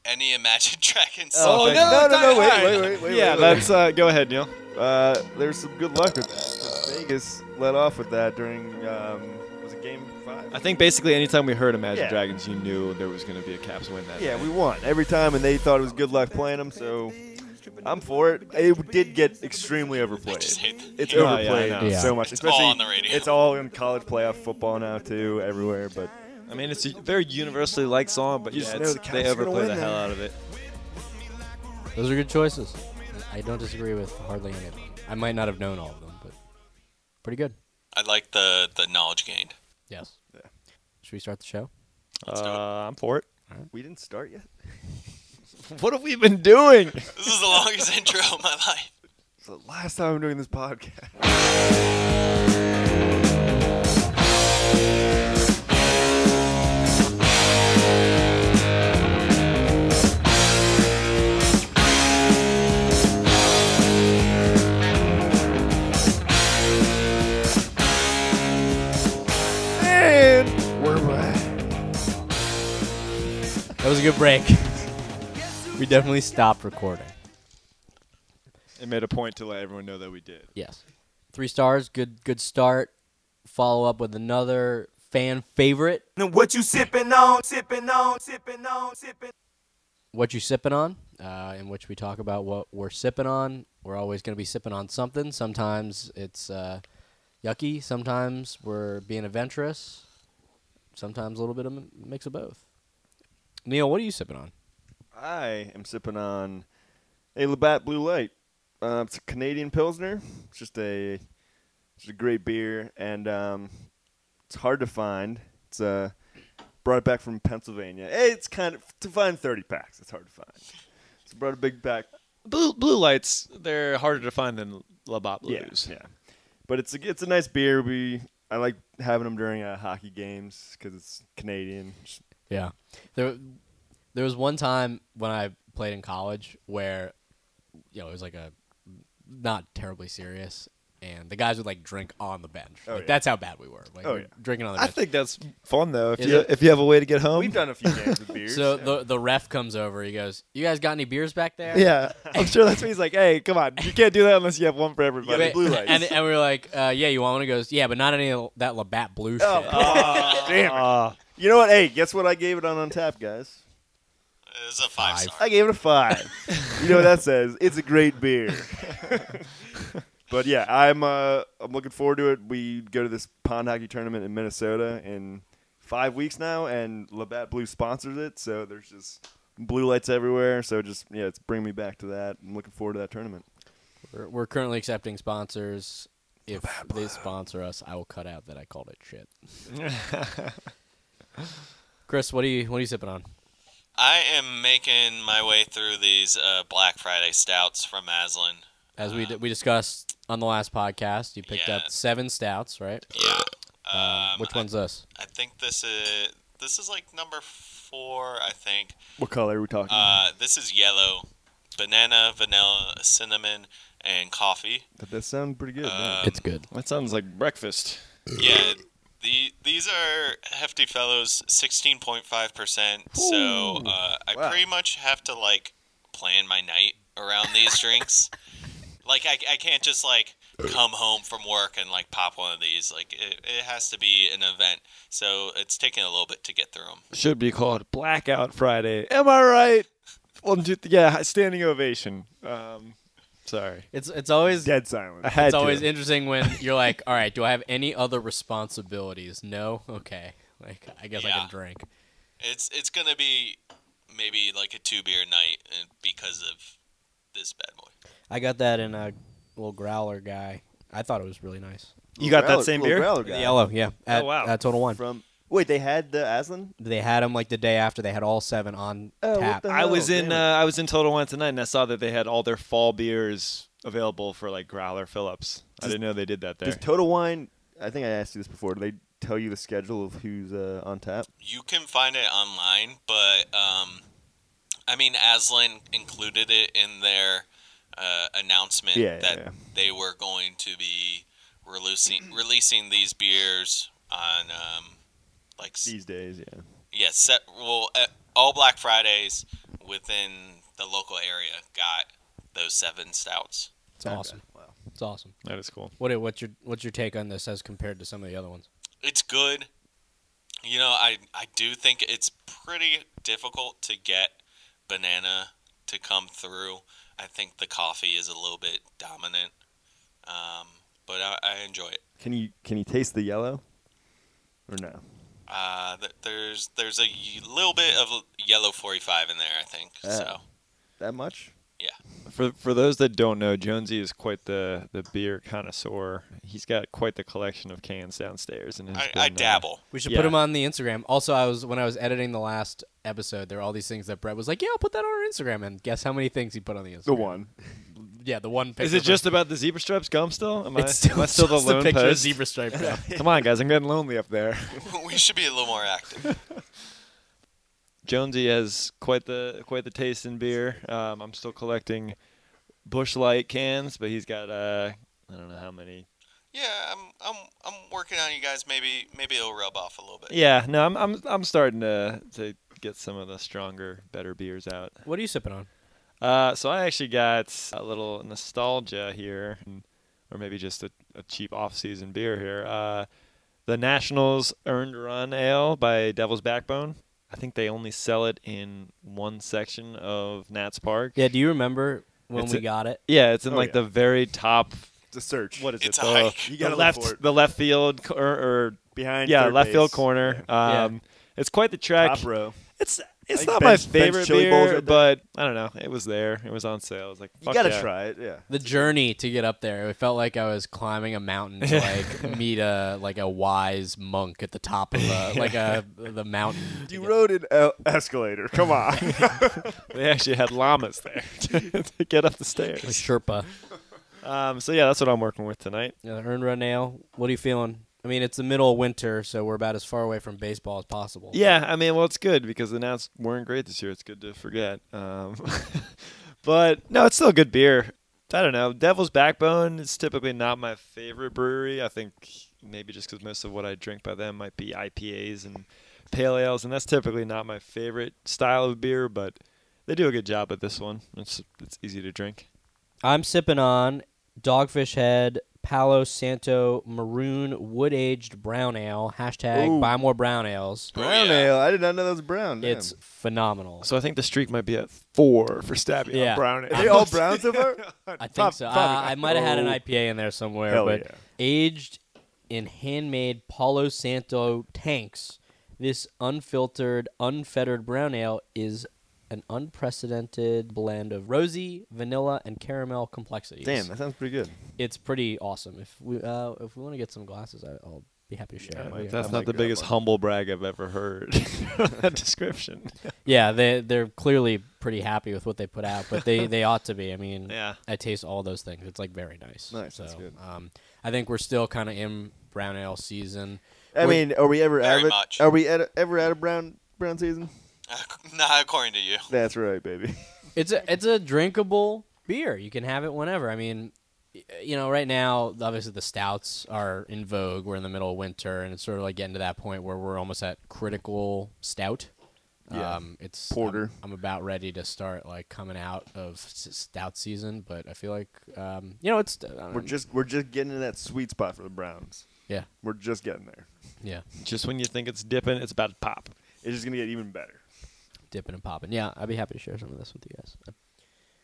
[SPEAKER 4] Any Imagine Dragons
[SPEAKER 5] Oh,
[SPEAKER 4] song.
[SPEAKER 1] no,
[SPEAKER 5] no,
[SPEAKER 1] no,
[SPEAKER 5] no,
[SPEAKER 1] wait,
[SPEAKER 5] no.
[SPEAKER 1] wait, wait, wait.
[SPEAKER 5] yeah,
[SPEAKER 1] wait,
[SPEAKER 5] that's uh, go ahead, Neil.
[SPEAKER 1] Uh, there's some good luck with that. Vegas let off with that during um, was it game five?
[SPEAKER 5] I think basically anytime we heard Imagine
[SPEAKER 1] Yeah.
[SPEAKER 5] Dragons, you knew there was going to be a Caps win that.
[SPEAKER 1] Yeah,
[SPEAKER 5] night.
[SPEAKER 1] we won every time, and they thought it was good luck playing them. So I'm for it. It did get extremely overplayed.
[SPEAKER 4] I just hate that.
[SPEAKER 1] It's
[SPEAKER 5] Oh, yeah, I
[SPEAKER 1] overplayed
[SPEAKER 5] know.
[SPEAKER 2] Yeah.
[SPEAKER 1] so much.
[SPEAKER 4] It's all
[SPEAKER 1] especially-
[SPEAKER 4] on the radio.
[SPEAKER 1] It's all in college playoff football now too, everywhere. But
[SPEAKER 5] I mean it's a very universally liked song, but
[SPEAKER 1] You just
[SPEAKER 5] yeah, it's,
[SPEAKER 1] know the
[SPEAKER 5] they
[SPEAKER 1] Caps are gonna
[SPEAKER 5] overplay the
[SPEAKER 1] win
[SPEAKER 5] hell
[SPEAKER 1] that.
[SPEAKER 5] out of it.
[SPEAKER 2] Those are good choices. I don't disagree with hardly any of them. I might not have known all of them, but pretty good.
[SPEAKER 4] I like the the knowledge gained.
[SPEAKER 2] Yes.
[SPEAKER 1] Yeah.
[SPEAKER 2] Should we start the show?
[SPEAKER 5] Uh,
[SPEAKER 4] do it.
[SPEAKER 5] I'm for it.
[SPEAKER 1] we didn't start yet.
[SPEAKER 5] What have we been doing?
[SPEAKER 4] This is the longest intro of my life.
[SPEAKER 1] It's the last time I'm doing this podcast. And we're back.
[SPEAKER 2] That was a good break. we definitely stopped recording.
[SPEAKER 5] It made a point to let everyone know that we did.
[SPEAKER 2] Yes. Three stars. Good. Good start. Follow up with another fan favorite.
[SPEAKER 3] What you sipping on, sipping on, sipping on, sipping
[SPEAKER 2] What you sipping on? Uh, in which we talk about what we're sipping on. We're always going to be sipping on something. Sometimes it's uh, yucky. Sometimes we're being adventurous. Sometimes a little bit of a mix of both. Neil, what are you sipping on?
[SPEAKER 1] I am sipping on a Labatt Blue Light. Uh, it's a Canadian Pilsner. It's just a, it's a great beer, and um, it's hard to find. It's uh, brought it back from Pennsylvania. Eh, It's kind of to find 30 packs. It's hard to find. It's brought a big pack.
[SPEAKER 5] Blue blue lights, they're harder to find than Labatt Blues.
[SPEAKER 1] Yeah, yeah. But it's a, it's a nice beer. We I like having them during uh, hockey games because it's Canadian. Just-
[SPEAKER 2] Yeah. There there was one time when I played in college where you know, it was like a not terribly serious and the guys would like drink on the bench.
[SPEAKER 1] Oh,
[SPEAKER 2] like
[SPEAKER 1] yeah.
[SPEAKER 2] that's how bad we were. Like
[SPEAKER 1] Oh,
[SPEAKER 2] we were
[SPEAKER 1] yeah.
[SPEAKER 2] drinking on the
[SPEAKER 5] I
[SPEAKER 2] bench.
[SPEAKER 5] think that's fun though. If
[SPEAKER 2] Is
[SPEAKER 5] you
[SPEAKER 2] it?
[SPEAKER 5] if you have a way to get home.
[SPEAKER 1] We've done a few games with beers.
[SPEAKER 2] so
[SPEAKER 1] yeah.
[SPEAKER 2] the the ref comes over. He goes, "You guys got any beers back there?"
[SPEAKER 5] Yeah, I'm sure that's what he's like. Hey, come on, you can't do that unless you have one for
[SPEAKER 2] Yeah,
[SPEAKER 5] everybody.
[SPEAKER 1] the
[SPEAKER 2] but-
[SPEAKER 1] blue lights.
[SPEAKER 2] And, and we were like, uh, "Yeah, you want one?" He goes, "Yeah, but not any of that Labatt Blue shit."
[SPEAKER 1] Oh,
[SPEAKER 5] damn
[SPEAKER 1] you know what? Hey, guess what? I gave it on Untap, guys.
[SPEAKER 4] It's a five,
[SPEAKER 2] Five.
[SPEAKER 4] star.
[SPEAKER 1] I gave it a five. you know what that says? It's a great beer. but yeah, I'm uh, I'm looking forward to it. We go to this pond hockey tournament in Minnesota in five weeks now, and Labatt Blue sponsors it, so there's just blue lights everywhere. So just yeah, it's bringing me back to that. I'm looking forward to that tournament.
[SPEAKER 2] We're, we're currently accepting sponsors. If they sponsor us, I will cut out that I called it shit. Chris, what are you what are you sipping on?
[SPEAKER 4] I am making my way through these uh, Black Friday stouts from Maslin.
[SPEAKER 2] As we d- we discussed on the last podcast, you picked
[SPEAKER 4] Yeah.
[SPEAKER 2] up seven stouts, right?
[SPEAKER 4] Yeah.
[SPEAKER 2] Um, which one's this?
[SPEAKER 4] I think this is this is like number four. I think
[SPEAKER 1] What color are we talking?
[SPEAKER 4] uh, this is yellow, banana, vanilla, cinnamon, and coffee.
[SPEAKER 1] that does sound pretty good.
[SPEAKER 4] uh,
[SPEAKER 1] yeah.
[SPEAKER 2] It's good.
[SPEAKER 5] that sounds like breakfast.
[SPEAKER 4] Yeah, the these are hefty fellows, sixteen point five percent. So uh, I
[SPEAKER 1] wow.
[SPEAKER 4] pretty much have to like plan my night around these drinks. Like I, I can't just like come home from work and like pop one of these. Like it, it has to be an event. So it's taking a little bit to get through them.
[SPEAKER 5] Should be called Blackout Friday. Am I right? One, two, th- yeah, standing ovation. Um, sorry,
[SPEAKER 2] It's it's always
[SPEAKER 1] Dead silence.
[SPEAKER 5] I had
[SPEAKER 2] it's
[SPEAKER 5] to.
[SPEAKER 2] always interesting when you're like, all right, do I have any other responsibilities? No, okay. Like I guess I
[SPEAKER 4] Yeah.
[SPEAKER 2] can drink.
[SPEAKER 4] It's it's gonna be maybe like a two beer night uh, because of this bad boy.
[SPEAKER 2] I got that in a little growler guy. I thought it was really nice.
[SPEAKER 5] you got
[SPEAKER 1] Growler-
[SPEAKER 5] that same
[SPEAKER 1] little
[SPEAKER 5] beer?
[SPEAKER 1] growler guy.
[SPEAKER 2] Yellow, yeah. At,
[SPEAKER 5] Oh, wow.
[SPEAKER 2] At Total One.
[SPEAKER 1] From wait, they had the Aslan.
[SPEAKER 2] they had them like the day after they had all seven on
[SPEAKER 1] Oh, what
[SPEAKER 2] tap.
[SPEAKER 1] the-
[SPEAKER 5] I was
[SPEAKER 1] Oh,
[SPEAKER 5] in uh,
[SPEAKER 1] damn it.
[SPEAKER 5] I was in Total Wine tonight, and I saw that they had all their fall beers available for like growler Phillips. I didn't know they did that there.
[SPEAKER 1] Does Total Wine? I think I asked you this before. Do they tell you the schedule of who's uh, on tap?
[SPEAKER 4] You can find it online, but um, I mean, Aslan included it in their uh, announcement
[SPEAKER 1] Yeah, yeah,
[SPEAKER 4] that
[SPEAKER 1] yeah.
[SPEAKER 4] they were going to be releasing releasing these beers on um, like s-
[SPEAKER 1] These days, yeah.
[SPEAKER 4] yeah, set well uh, all Black Fridays within the local area got those seven stouts.
[SPEAKER 2] It's awesome.
[SPEAKER 1] Wow.
[SPEAKER 2] It's awesome.
[SPEAKER 5] that is cool.
[SPEAKER 2] What what's your what's your take on this as compared to some of the other ones?
[SPEAKER 4] it's good. You know, I I do think it's pretty difficult to get banana to come through. I think the coffee is a little bit dominant, um, but I, I enjoy it.
[SPEAKER 1] Can you can you taste the yellow? Or no?
[SPEAKER 4] Uh, th- there's there's a y- little bit of yellow 45 in there, I think. So
[SPEAKER 1] Ah. That much?
[SPEAKER 5] For for those that don't know, Jonesy is quite the, the beer connoisseur. He's got quite the collection of cans downstairs, and has
[SPEAKER 4] I,
[SPEAKER 5] been,
[SPEAKER 4] I
[SPEAKER 5] uh,
[SPEAKER 4] dabble.
[SPEAKER 2] We should
[SPEAKER 5] Yeah.
[SPEAKER 2] put them on the Instagram. Also, I was when I was editing the last episode, there were all these things that Brett was like, "Yeah, I'll put that on our Instagram." And guess how many things he put on the Instagram? Yeah, the one. Picture
[SPEAKER 5] Is it
[SPEAKER 2] from-
[SPEAKER 5] just about the zebra stripes gum still? Am I,
[SPEAKER 2] It's still,
[SPEAKER 5] am I still the
[SPEAKER 2] just the
[SPEAKER 5] lone
[SPEAKER 2] picture of
[SPEAKER 5] post?
[SPEAKER 2] zebra stripe. bro.
[SPEAKER 5] Come on, guys, I'm getting lonely up there.
[SPEAKER 4] we should be a little more active.
[SPEAKER 5] Jonesy has quite the quite the taste in beer. Um, I'm still collecting Bush Light cans, but he's got uh, I don't know how many.
[SPEAKER 4] Yeah, I'm I'm I'm working on you guys. Maybe maybe it'll rub off a little bit.
[SPEAKER 5] Yeah, no, I'm I'm I'm starting to to get some of the stronger, better beers out.
[SPEAKER 2] what are you sipping on?
[SPEAKER 5] Uh, so I actually got a little nostalgia here, or maybe just a, a cheap off-season beer here. Uh, the Nationals Earned Run Ale by Devil's Backbone. I think they only sell it in one section of Nats Park.
[SPEAKER 2] Yeah, do you remember when
[SPEAKER 5] It's
[SPEAKER 2] we
[SPEAKER 5] a-
[SPEAKER 2] got it?
[SPEAKER 5] Yeah, it's in
[SPEAKER 1] Oh,
[SPEAKER 5] like
[SPEAKER 1] yeah.
[SPEAKER 5] the very top.
[SPEAKER 1] It's a search.
[SPEAKER 5] What is
[SPEAKER 4] It's
[SPEAKER 5] it?
[SPEAKER 4] a
[SPEAKER 5] the,
[SPEAKER 4] hike.
[SPEAKER 1] You
[SPEAKER 5] the
[SPEAKER 1] gotta look
[SPEAKER 5] left,
[SPEAKER 1] for it.
[SPEAKER 5] the left field, co- or, or
[SPEAKER 1] Behind
[SPEAKER 5] yeah,
[SPEAKER 1] third
[SPEAKER 5] left field
[SPEAKER 1] base.
[SPEAKER 5] corner.
[SPEAKER 2] Yeah.
[SPEAKER 5] Um, It's quite the track.
[SPEAKER 1] Top row.
[SPEAKER 5] It's it's
[SPEAKER 1] Like
[SPEAKER 5] not
[SPEAKER 1] Ben's-
[SPEAKER 5] my
[SPEAKER 1] Ben's
[SPEAKER 5] favorite
[SPEAKER 1] chili bowls
[SPEAKER 5] beer,
[SPEAKER 1] right
[SPEAKER 5] but I don't know. It was there. It was on sale. I was like,
[SPEAKER 1] You
[SPEAKER 5] fuck
[SPEAKER 1] gotta
[SPEAKER 5] yeah.
[SPEAKER 1] try it, yeah.
[SPEAKER 2] The journey to get up there, it felt like I was climbing a mountain to like meet a like a wise monk at the top of a, like a the mountain. to
[SPEAKER 1] You
[SPEAKER 2] get-
[SPEAKER 1] rode an el- escalator. Come on.
[SPEAKER 5] They actually had llamas there to, to get up the
[SPEAKER 2] a
[SPEAKER 5] stairs.
[SPEAKER 2] Sherpa.
[SPEAKER 5] Um, so yeah, that's what I'm working with tonight.
[SPEAKER 2] Yeah, the earned run nail. What are you feeling? I mean, it's the middle of winter, so we're about as far away from baseball as possible.
[SPEAKER 5] Yeah, I mean, well, it's good because the Nats weren't great this year. It's good to forget. Um, but no, it's still good beer. I don't know. Devil's Backbone is typically not my favorite brewery. I think maybe just because most of what I drink by them might be IPAs and pale ales, and that's typically not my favorite style of beer. But they do a good job at this one. It's it's easy to drink.
[SPEAKER 2] I'm sipping on Dogfish Head Palo Santo Maroon Wood Aged Brown Ale. Hashtag
[SPEAKER 1] Ooh.
[SPEAKER 2] buy more brown ales.
[SPEAKER 4] Oh,
[SPEAKER 1] Brown
[SPEAKER 4] yeah.
[SPEAKER 1] ale. I did not know that was brown. damn.
[SPEAKER 2] It's phenomenal.
[SPEAKER 5] So I think the streak might be at four for Stabby
[SPEAKER 2] Yeah.
[SPEAKER 5] on brown.
[SPEAKER 1] Are they all brown so far?
[SPEAKER 2] I think
[SPEAKER 1] Prob-
[SPEAKER 2] so. Uh,
[SPEAKER 1] probably-
[SPEAKER 2] I might have had an
[SPEAKER 1] Oh.
[SPEAKER 2] IPA in there somewhere,
[SPEAKER 1] Hell
[SPEAKER 2] but
[SPEAKER 1] yeah.
[SPEAKER 2] aged in handmade Palo Santo tanks, this unfiltered, unfettered brown ale is an unprecedented blend of rosy, vanilla, and caramel complexities.
[SPEAKER 1] Damn, that sounds pretty good.
[SPEAKER 2] it's pretty awesome. If we uh, if we want to get some glasses, I, I'll be happy to share.
[SPEAKER 1] Yeah,
[SPEAKER 2] it.
[SPEAKER 1] Mike,
[SPEAKER 2] We-
[SPEAKER 5] That's
[SPEAKER 1] I
[SPEAKER 5] not
[SPEAKER 1] might
[SPEAKER 5] the
[SPEAKER 1] grab
[SPEAKER 5] biggest
[SPEAKER 1] one.
[SPEAKER 5] humble brag I've ever heard. that description.
[SPEAKER 2] Yeah, they they're clearly pretty happy with what they put out, but they they ought to be. I mean,
[SPEAKER 5] Yeah.
[SPEAKER 2] I taste all those things. It's like very nice.
[SPEAKER 1] Nice,
[SPEAKER 2] So,
[SPEAKER 1] that's good.
[SPEAKER 2] Um, I think we're still kind of in brown ale season.
[SPEAKER 1] I
[SPEAKER 2] We're-
[SPEAKER 1] mean, are we ever out
[SPEAKER 4] Very
[SPEAKER 1] of it?
[SPEAKER 4] much.
[SPEAKER 1] Are we at a, ever out of brown brown season?
[SPEAKER 4] Not according to you.
[SPEAKER 1] That's right, baby.
[SPEAKER 2] it's a it's a drinkable beer. You can have it whenever. I mean, y- you know, right now obviously the stouts are in vogue. We're in the middle of winter, and it's sort of like getting to that point where we're almost at critical stout.
[SPEAKER 1] Yeah.
[SPEAKER 2] Um, it's I'm-
[SPEAKER 1] Porter.
[SPEAKER 2] I'm, about ready to start like coming out of s- stout season, but I feel like um, you know, it's I don't
[SPEAKER 1] We're
[SPEAKER 2] know.
[SPEAKER 1] just we're just getting in that sweet spot for the Browns.
[SPEAKER 2] yeah,
[SPEAKER 1] We're just getting there.
[SPEAKER 2] yeah,
[SPEAKER 5] Just when you think it's dipping, it's about to pop.
[SPEAKER 1] It's just gonna get even better.
[SPEAKER 2] dipping and popping. Yeah, I'd be happy to share some of this with you guys.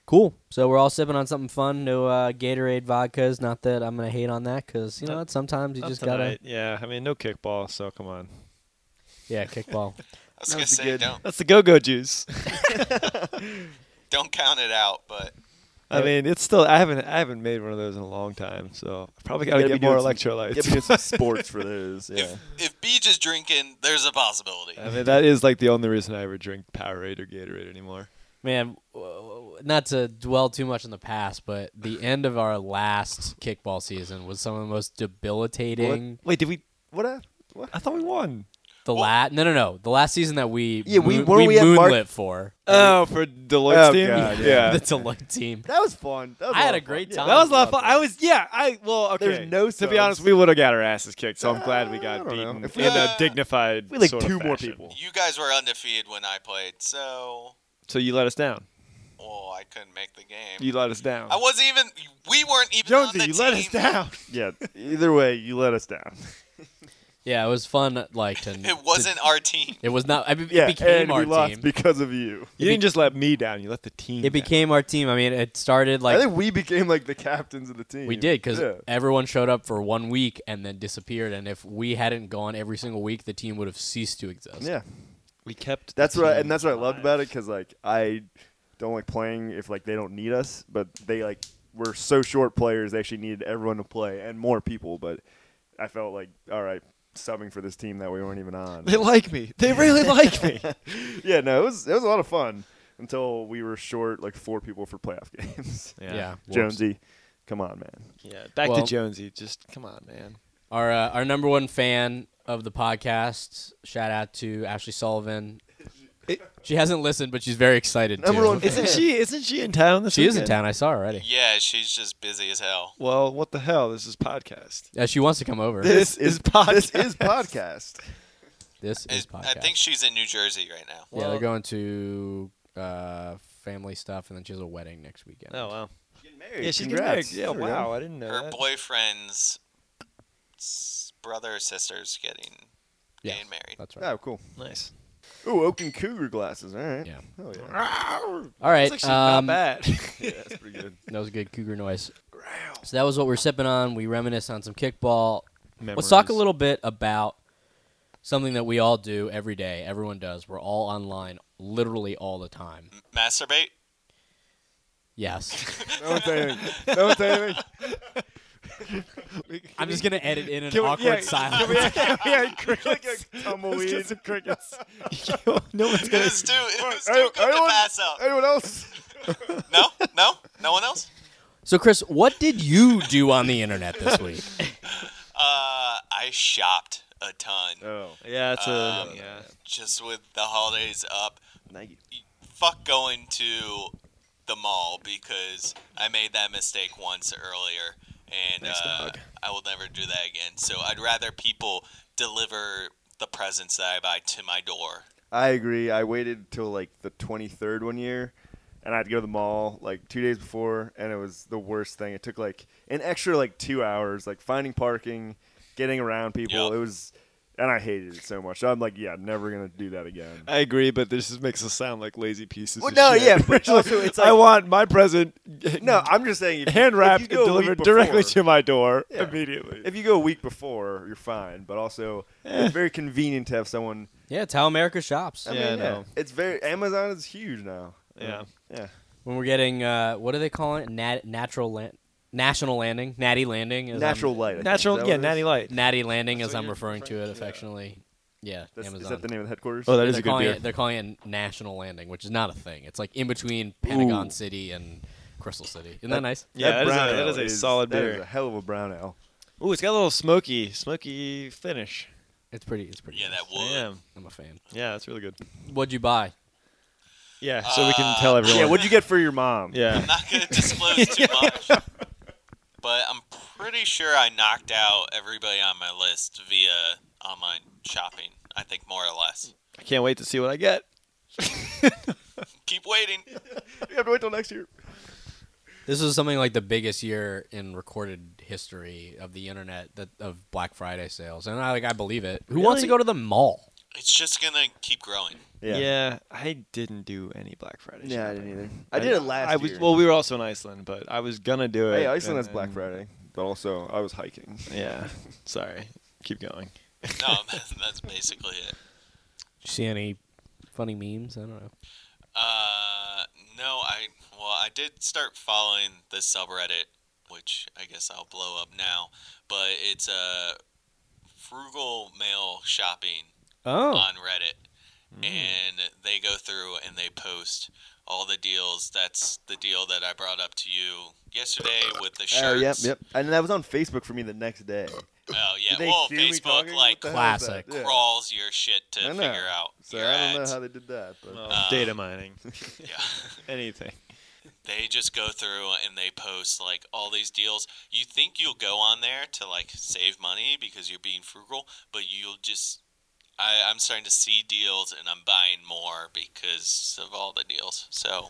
[SPEAKER 2] Cool. So we're all sipping on something fun. No uh, Gatorade vodkas. Not that I'm gonna hate on that, because you know
[SPEAKER 5] Not-
[SPEAKER 2] what? Sometimes you
[SPEAKER 5] Not
[SPEAKER 2] just gotta
[SPEAKER 5] tonight. Yeah, I mean, no kickball, so come on.
[SPEAKER 2] Yeah, kickball.
[SPEAKER 4] I was
[SPEAKER 1] No,
[SPEAKER 4] gonna
[SPEAKER 1] it's a
[SPEAKER 4] say
[SPEAKER 1] good-
[SPEAKER 4] don't
[SPEAKER 5] That's the go-go juice.
[SPEAKER 4] don't count it out, but
[SPEAKER 5] I mean, it's still. I haven't. I haven't made one of those in a long time, so I probably gotta,
[SPEAKER 1] gotta
[SPEAKER 5] get
[SPEAKER 1] be
[SPEAKER 5] more
[SPEAKER 1] doing some-
[SPEAKER 5] electrolytes.
[SPEAKER 1] Get me some sports for those. Yeah.
[SPEAKER 4] if if Beach is drinking, there's a possibility.
[SPEAKER 5] I mean, that is like the only reason I ever drink Powerade or Gatorade anymore.
[SPEAKER 2] Man, w- w- not to dwell too much in the past, but the end of our last kickball season was some of the most debilitating.
[SPEAKER 5] Wait, did we?
[SPEAKER 1] What? A, what?
[SPEAKER 5] I thought we won.
[SPEAKER 2] The last no, no, no, the last season that we
[SPEAKER 1] Yeah, we-
[SPEAKER 2] moon-
[SPEAKER 1] weren't we at
[SPEAKER 2] moonlit
[SPEAKER 1] Mark-
[SPEAKER 2] for
[SPEAKER 5] Oh, for Deloitte's
[SPEAKER 1] Oh,
[SPEAKER 5] team.
[SPEAKER 1] God, yeah.
[SPEAKER 5] yeah.
[SPEAKER 2] the Deloitte team.
[SPEAKER 1] That was fun. That was
[SPEAKER 2] I had
[SPEAKER 1] lot
[SPEAKER 2] a
[SPEAKER 1] of fun.
[SPEAKER 2] great
[SPEAKER 1] Yeah,
[SPEAKER 2] time.
[SPEAKER 5] That was a lot of fun. I was, yeah. I well, okay.
[SPEAKER 1] There's no
[SPEAKER 5] To
[SPEAKER 1] subs.
[SPEAKER 5] be honest, we would have got our asses kicked, so I'm glad we
[SPEAKER 1] I
[SPEAKER 5] got
[SPEAKER 1] don't know.
[SPEAKER 5] beaten
[SPEAKER 1] If
[SPEAKER 5] if
[SPEAKER 1] we
[SPEAKER 5] we in
[SPEAKER 4] had-
[SPEAKER 5] a dignified.
[SPEAKER 1] we had, like,
[SPEAKER 5] sort of
[SPEAKER 1] two more
[SPEAKER 5] fashion.
[SPEAKER 1] people.
[SPEAKER 4] You guys were undefeated when I played, so
[SPEAKER 5] So you let us down.
[SPEAKER 4] oh, I couldn't make the game.
[SPEAKER 5] You let us down.
[SPEAKER 4] I wasn't even. We weren't even on
[SPEAKER 5] Jonesy,
[SPEAKER 4] the
[SPEAKER 5] you
[SPEAKER 4] team.
[SPEAKER 5] let us down.
[SPEAKER 1] Yeah. Either way, you let us down.
[SPEAKER 2] Yeah, it was fun. Like to,
[SPEAKER 4] It wasn't our team.
[SPEAKER 2] it was not. I mean,
[SPEAKER 1] Yeah.
[SPEAKER 2] it became
[SPEAKER 1] and
[SPEAKER 2] our
[SPEAKER 1] we lost
[SPEAKER 2] team.
[SPEAKER 1] because of you.
[SPEAKER 5] You didn't just let me down. You let the team.
[SPEAKER 2] it became our team. I mean, it started like
[SPEAKER 1] I think we became like the captains of the team.
[SPEAKER 2] We did because
[SPEAKER 1] Yeah.
[SPEAKER 2] everyone showed up for one week and then disappeared. And if we hadn't gone every single week, the team would have ceased to exist.
[SPEAKER 1] yeah.
[SPEAKER 5] We kept. the
[SPEAKER 1] That's what I,
[SPEAKER 5] team
[SPEAKER 1] and that's what I loved
[SPEAKER 5] alive.
[SPEAKER 1] about it because like I don't like playing if like they don't need us, but they like were so short players they actually needed everyone to play and more people. But I felt like all right, subbing for this team that we weren't even on.
[SPEAKER 5] They like me. They really like me.
[SPEAKER 1] yeah, no, it was it was a lot of fun until we were short like four people for playoff games.
[SPEAKER 2] Yeah. Whoops.
[SPEAKER 1] Jonesy, come on, man.
[SPEAKER 5] Yeah. Back
[SPEAKER 2] Well-
[SPEAKER 5] to Jonesy. Just come on, man.
[SPEAKER 2] Our uh, our number one fan of the podcast. Shout out to Ashley Sullivan.
[SPEAKER 5] It-
[SPEAKER 2] she hasn't listened, but she's very excited.
[SPEAKER 1] Number
[SPEAKER 2] to.
[SPEAKER 1] one fan.
[SPEAKER 5] Isn't she? Isn't she in town this
[SPEAKER 2] She is in
[SPEAKER 5] weekend?
[SPEAKER 2] town. I saw her already.
[SPEAKER 4] Yeah, she's just busy as hell.
[SPEAKER 5] Well, what the hell? This is podcast.
[SPEAKER 2] Uh, she wants to come over.
[SPEAKER 5] This is podcast.
[SPEAKER 1] This is podcast.
[SPEAKER 2] This is
[SPEAKER 4] I-
[SPEAKER 2] podcast.
[SPEAKER 4] I think she's in New Jersey right now.
[SPEAKER 2] yeah, they're going to uh, family stuff, and then she has a wedding next weekend.
[SPEAKER 5] Oh wow.
[SPEAKER 1] married.
[SPEAKER 5] Yeah, she's getting married.
[SPEAKER 1] Congrats.
[SPEAKER 5] Yeah.
[SPEAKER 1] There we go.
[SPEAKER 5] Wow. I didn't know
[SPEAKER 4] Her
[SPEAKER 5] that.
[SPEAKER 4] boyfriend's s- brother or sister's getting
[SPEAKER 2] Yes,
[SPEAKER 4] getting married.
[SPEAKER 2] That's right.
[SPEAKER 1] Oh, cool.
[SPEAKER 5] Nice.
[SPEAKER 1] Ooh, Oak and Cougar glasses. All right.
[SPEAKER 2] Yeah.
[SPEAKER 1] Oh yeah.
[SPEAKER 2] All right.
[SPEAKER 5] It's actually
[SPEAKER 2] um,
[SPEAKER 5] not bad.
[SPEAKER 1] yeah, that's pretty good.
[SPEAKER 2] That was a good cougar noise. So that was what we're sipping on. We reminisce on some kickball. Let's
[SPEAKER 5] Memories.
[SPEAKER 2] talk a little bit about something that we all do every day. Everyone does. We're all online literally all the time.
[SPEAKER 4] M- Masturbate?
[SPEAKER 2] Yes.
[SPEAKER 1] Don't say anything. Don't say anything.
[SPEAKER 2] I'm just going to edit in an
[SPEAKER 5] Can we-
[SPEAKER 2] awkward
[SPEAKER 5] yeah,
[SPEAKER 2] silence.
[SPEAKER 5] yeah, crickets.
[SPEAKER 1] tumbleweed.
[SPEAKER 5] Let's get some crickets. no one's
[SPEAKER 4] It
[SPEAKER 5] gonna.
[SPEAKER 4] was too, it was too good to
[SPEAKER 1] anyone-
[SPEAKER 4] pass up.
[SPEAKER 1] Anyone else?
[SPEAKER 4] No? No? No one else?
[SPEAKER 2] so, Chris, what did you do on the internet this week?
[SPEAKER 4] Uh, I shopped a ton.
[SPEAKER 1] Oh,
[SPEAKER 5] Yeah, it's a.
[SPEAKER 4] Um,
[SPEAKER 5] yeah.
[SPEAKER 4] Just with the holidays up.
[SPEAKER 1] Nike.
[SPEAKER 4] Fuck going to the mall because I made that mistake once earlier, and
[SPEAKER 5] Thanks,
[SPEAKER 4] uh,
[SPEAKER 5] dog.
[SPEAKER 4] I will never do that again. So I'd rather people deliver the presents that I buy to my door.
[SPEAKER 1] I agree. I waited till like the 23rd one year, and I had to go to the mall like two days before, and it was the worst thing. It took like an extra like two hours, like finding parking, getting around people.
[SPEAKER 4] Yep.
[SPEAKER 1] It was, and I hated it so much. I'm like, yeah, never gonna do that again.
[SPEAKER 5] I agree, but this just makes us sound like lazy pieces.
[SPEAKER 1] Well,
[SPEAKER 5] of
[SPEAKER 1] no,
[SPEAKER 5] shit.
[SPEAKER 1] yeah, but also it's like-
[SPEAKER 5] I want my present
[SPEAKER 1] No, I'm just saying, if,
[SPEAKER 5] hand wrapped
[SPEAKER 1] if
[SPEAKER 5] and
[SPEAKER 1] you go a
[SPEAKER 5] delivered
[SPEAKER 1] week
[SPEAKER 5] directly
[SPEAKER 1] before-
[SPEAKER 5] to my door
[SPEAKER 1] Yeah.
[SPEAKER 5] immediately. Eh.
[SPEAKER 1] If you go a week before, you're fine. But also, it's very convenient to have someone.
[SPEAKER 2] Yeah, it's how America shops.
[SPEAKER 1] I
[SPEAKER 5] Yeah,
[SPEAKER 1] mean,
[SPEAKER 5] I know.
[SPEAKER 1] it's very Amazon is huge now.
[SPEAKER 5] Yeah.
[SPEAKER 1] yeah.
[SPEAKER 2] When we're getting, uh, what do they call it? Nat- natural land, national landing, natty landing. As I'm-
[SPEAKER 1] Natural light. I think. Is that
[SPEAKER 5] um, Natural,
[SPEAKER 1] what
[SPEAKER 5] yeah,
[SPEAKER 1] it is?
[SPEAKER 5] natty light.
[SPEAKER 2] natty landing,
[SPEAKER 5] That's
[SPEAKER 2] as
[SPEAKER 5] what
[SPEAKER 2] I'm
[SPEAKER 5] you're
[SPEAKER 2] referring to
[SPEAKER 5] referring
[SPEAKER 2] it
[SPEAKER 5] to, uh, yeah.
[SPEAKER 2] affectionally. Yeah,
[SPEAKER 1] That's-
[SPEAKER 2] Amazon.
[SPEAKER 1] Is that the name of the headquarters?
[SPEAKER 5] Oh, that
[SPEAKER 2] They're
[SPEAKER 5] is a good
[SPEAKER 2] calling
[SPEAKER 5] beer.
[SPEAKER 2] It, they're calling it National Landing, which is not a thing. It's like in between Pentagon City and Crystal City. Isn't that, nice?
[SPEAKER 5] yeah, that is
[SPEAKER 1] brown
[SPEAKER 5] a, that
[SPEAKER 1] ale
[SPEAKER 5] is a solid
[SPEAKER 1] that
[SPEAKER 5] beer.
[SPEAKER 1] is a hell of a brown ale.
[SPEAKER 5] Ooh, it's got a little smoky, smoky finish.
[SPEAKER 2] It's pretty. It's pretty.
[SPEAKER 4] Yeah,
[SPEAKER 2] nice.
[SPEAKER 4] that would.
[SPEAKER 5] Damn.
[SPEAKER 2] I'm a fan.
[SPEAKER 5] Yeah, that's really good.
[SPEAKER 2] What'd you buy?
[SPEAKER 5] Yeah, so we can
[SPEAKER 4] Uh,
[SPEAKER 5] tell everyone.
[SPEAKER 1] Yeah, what'd you get for your mom?
[SPEAKER 5] yeah.
[SPEAKER 4] I'm not gonna disclose too much, but I'm pretty sure I knocked out everybody on my list via online shopping. I think more or less.
[SPEAKER 5] I can't wait to see what I get.
[SPEAKER 4] Keep waiting.
[SPEAKER 1] You have to wait till next year.
[SPEAKER 2] This is something like the biggest year in recorded history of the internet that of Black Friday sales, and I like I believe it. Who wants to
[SPEAKER 5] Really?
[SPEAKER 2] go to the mall?
[SPEAKER 4] It's just gonna keep growing.
[SPEAKER 5] Yeah. I didn't do any Black Friday.
[SPEAKER 1] Yeah, I
[SPEAKER 5] shopping.
[SPEAKER 1] didn't either. I did it last
[SPEAKER 5] I was,
[SPEAKER 1] year.
[SPEAKER 5] Well, uh, we were also in Iceland, but I was gonna do it.
[SPEAKER 1] hey, Iceland
[SPEAKER 5] and
[SPEAKER 1] has Black
[SPEAKER 5] then-
[SPEAKER 1] Friday, but also I was hiking.
[SPEAKER 5] Yeah. Sorry. Keep going.
[SPEAKER 4] No, that's basically it.
[SPEAKER 2] Did you see any funny memes? I don't know.
[SPEAKER 4] Uh, no, I well, I did start following the subreddit, which I guess I'll blow up now, but it's uh, frugal mail shopping
[SPEAKER 2] Oh,
[SPEAKER 4] on Reddit,
[SPEAKER 1] Hmm.
[SPEAKER 4] and they go through and they post all the deals. That's the deal that I brought up to you yesterday with the
[SPEAKER 1] Oh,
[SPEAKER 4] shirts.
[SPEAKER 1] yep, yep. And that was on Facebook for me the next day.
[SPEAKER 4] Oh yeah,
[SPEAKER 1] Did they
[SPEAKER 4] well,
[SPEAKER 1] hear me talking?
[SPEAKER 4] Facebook
[SPEAKER 1] What
[SPEAKER 4] like
[SPEAKER 1] the hell is
[SPEAKER 2] Classic.
[SPEAKER 1] that? Yeah.
[SPEAKER 4] crawls your shit to
[SPEAKER 1] I know.
[SPEAKER 4] figure out
[SPEAKER 1] So
[SPEAKER 4] your
[SPEAKER 1] I don't
[SPEAKER 4] ads.
[SPEAKER 1] know how they did that, but
[SPEAKER 4] Uh,
[SPEAKER 5] data mining.
[SPEAKER 4] yeah.
[SPEAKER 5] Anything.
[SPEAKER 4] they just go through and they post like all these deals. You think you'll go on there to like save money because you're being frugal, but you'll just I, I'm starting to see deals and I'm buying more because of all the deals. So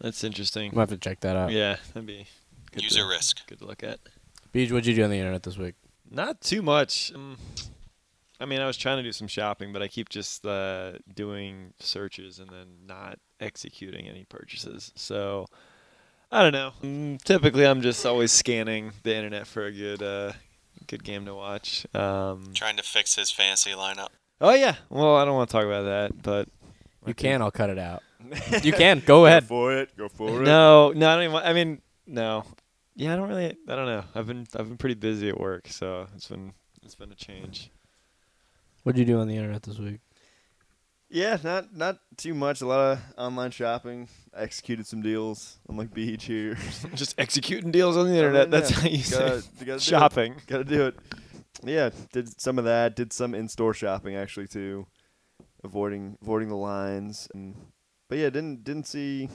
[SPEAKER 5] That's
[SPEAKER 2] I'm
[SPEAKER 5] interesting.
[SPEAKER 2] gonna have to check that out.
[SPEAKER 5] Yeah, that'd be good
[SPEAKER 4] user
[SPEAKER 5] to,
[SPEAKER 4] risk.
[SPEAKER 5] Good to look at.
[SPEAKER 2] Beej, what'd you do on the internet this week?
[SPEAKER 5] Not too much. Um, I mean, I was trying to do some shopping, but I keep just uh, doing searches and then not executing any purchases. So I don't know. Mm, typically, I'm just always scanning the internet for a good uh, good game to watch. Um,
[SPEAKER 4] Trying to fix his fantasy lineup.
[SPEAKER 5] oh yeah. Well, I don't want to talk about that, but
[SPEAKER 2] You can. I'll cut it out. you can. Go ahead.
[SPEAKER 1] for it. Go for it.
[SPEAKER 5] no, no, I don't even. Want, I mean, no. Yeah, I don't really. I don't know. I've been I've been pretty busy at work, so it's been it's been a change.
[SPEAKER 2] What'd you do on the internet this week?
[SPEAKER 1] Yeah, not not too much. A lot of online shopping. I executed some deals. I'm like beach here.
[SPEAKER 5] just executing deals on the internet. That's how you say
[SPEAKER 1] gotta, you gotta do it.
[SPEAKER 5] shopping.
[SPEAKER 1] Gotta do it. Yeah, did some of that. Did some in-store shopping actually too, avoiding avoiding the lines. And but yeah, didn't didn't see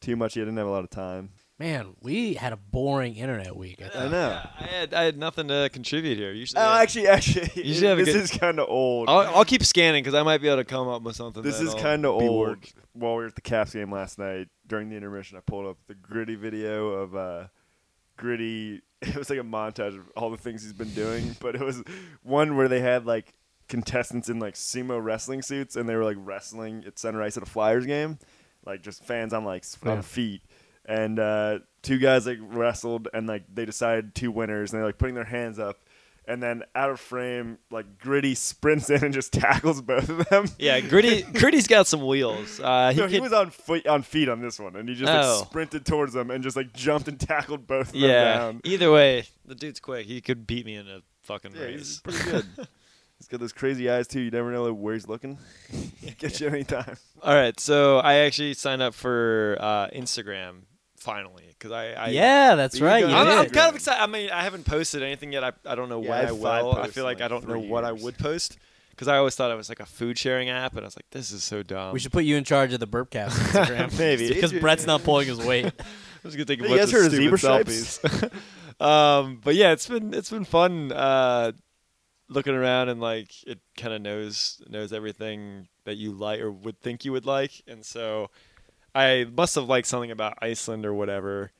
[SPEAKER 1] too much. Yeah, didn't have a lot of time.
[SPEAKER 2] Man, we had a boring internet week. I
[SPEAKER 1] I
[SPEAKER 2] think.
[SPEAKER 1] know.
[SPEAKER 5] I had I had nothing to contribute here. Usually,
[SPEAKER 1] Oh,
[SPEAKER 5] I-
[SPEAKER 1] actually, actually,
[SPEAKER 5] You should have a
[SPEAKER 1] this
[SPEAKER 5] good-
[SPEAKER 1] is kind of old.
[SPEAKER 5] I'll, I'll keep scanning because I might be able to come up with something.
[SPEAKER 1] this is
[SPEAKER 5] that'll
[SPEAKER 1] kind of
[SPEAKER 5] be
[SPEAKER 1] old.
[SPEAKER 5] work.
[SPEAKER 1] While we were at the Caps game last night, during the intermission, I pulled up the gritty video of uh, gritty. It was like a montage of all the things he's been doing, but it was one where they had like contestants in like sumo wrestling suits, and they were like wrestling at center ice at a Flyers game, like just fans on like s-
[SPEAKER 2] Yeah.
[SPEAKER 1] on feet. And uh, two guys like wrestled, and like they decided two winners, and they're like putting their hands up. And then out of frame, like gritty sprints in and just tackles both of them.
[SPEAKER 5] Yeah, gritty. Gritty's got some wheels. Uh, he
[SPEAKER 1] No, he
[SPEAKER 5] could-
[SPEAKER 1] was on foot on feet on this one, and he just like,
[SPEAKER 5] Oh.
[SPEAKER 1] sprinted towards them and just like jumped and tackled both of
[SPEAKER 5] yeah.
[SPEAKER 1] them down.
[SPEAKER 5] Either way, the dude's quick. He could beat me in a fucking
[SPEAKER 1] Yeah, he's
[SPEAKER 5] race.
[SPEAKER 1] pretty good. he's got those crazy eyes too. You never know where he's looking. Get you anytime.
[SPEAKER 5] All right, so I actually signed up for uh, Instagram finally because I, I
[SPEAKER 2] Yeah, that's
[SPEAKER 1] You
[SPEAKER 2] right.
[SPEAKER 1] got
[SPEAKER 2] You
[SPEAKER 1] it.
[SPEAKER 5] I'm, I'm
[SPEAKER 2] did.
[SPEAKER 5] kind of excited. I mean, I haven't posted anything yet. I, I don't know
[SPEAKER 1] Yeah,
[SPEAKER 5] what
[SPEAKER 1] I
[SPEAKER 5] I
[SPEAKER 1] have five
[SPEAKER 5] will. I
[SPEAKER 1] posts in
[SPEAKER 5] feel like
[SPEAKER 1] like
[SPEAKER 5] I don't know
[SPEAKER 1] three
[SPEAKER 5] what I
[SPEAKER 1] years.
[SPEAKER 5] would post. because I always thought it was like a food sharing app, and I was like, this is so dumb.
[SPEAKER 2] We should put you in charge of the burp cast Instagram.
[SPEAKER 5] Maybe.
[SPEAKER 2] because Brett's not pulling his weight.
[SPEAKER 5] I was gonna take a
[SPEAKER 1] You
[SPEAKER 5] bunch
[SPEAKER 1] guys heard of
[SPEAKER 5] of
[SPEAKER 1] zebra
[SPEAKER 5] stupid
[SPEAKER 1] stripes?
[SPEAKER 5] selfies. um, but yeah, it's been it's been fun uh, looking around and like it kind of knows knows everything that you like or would think you would like, and so I must have liked something about Iceland or whatever.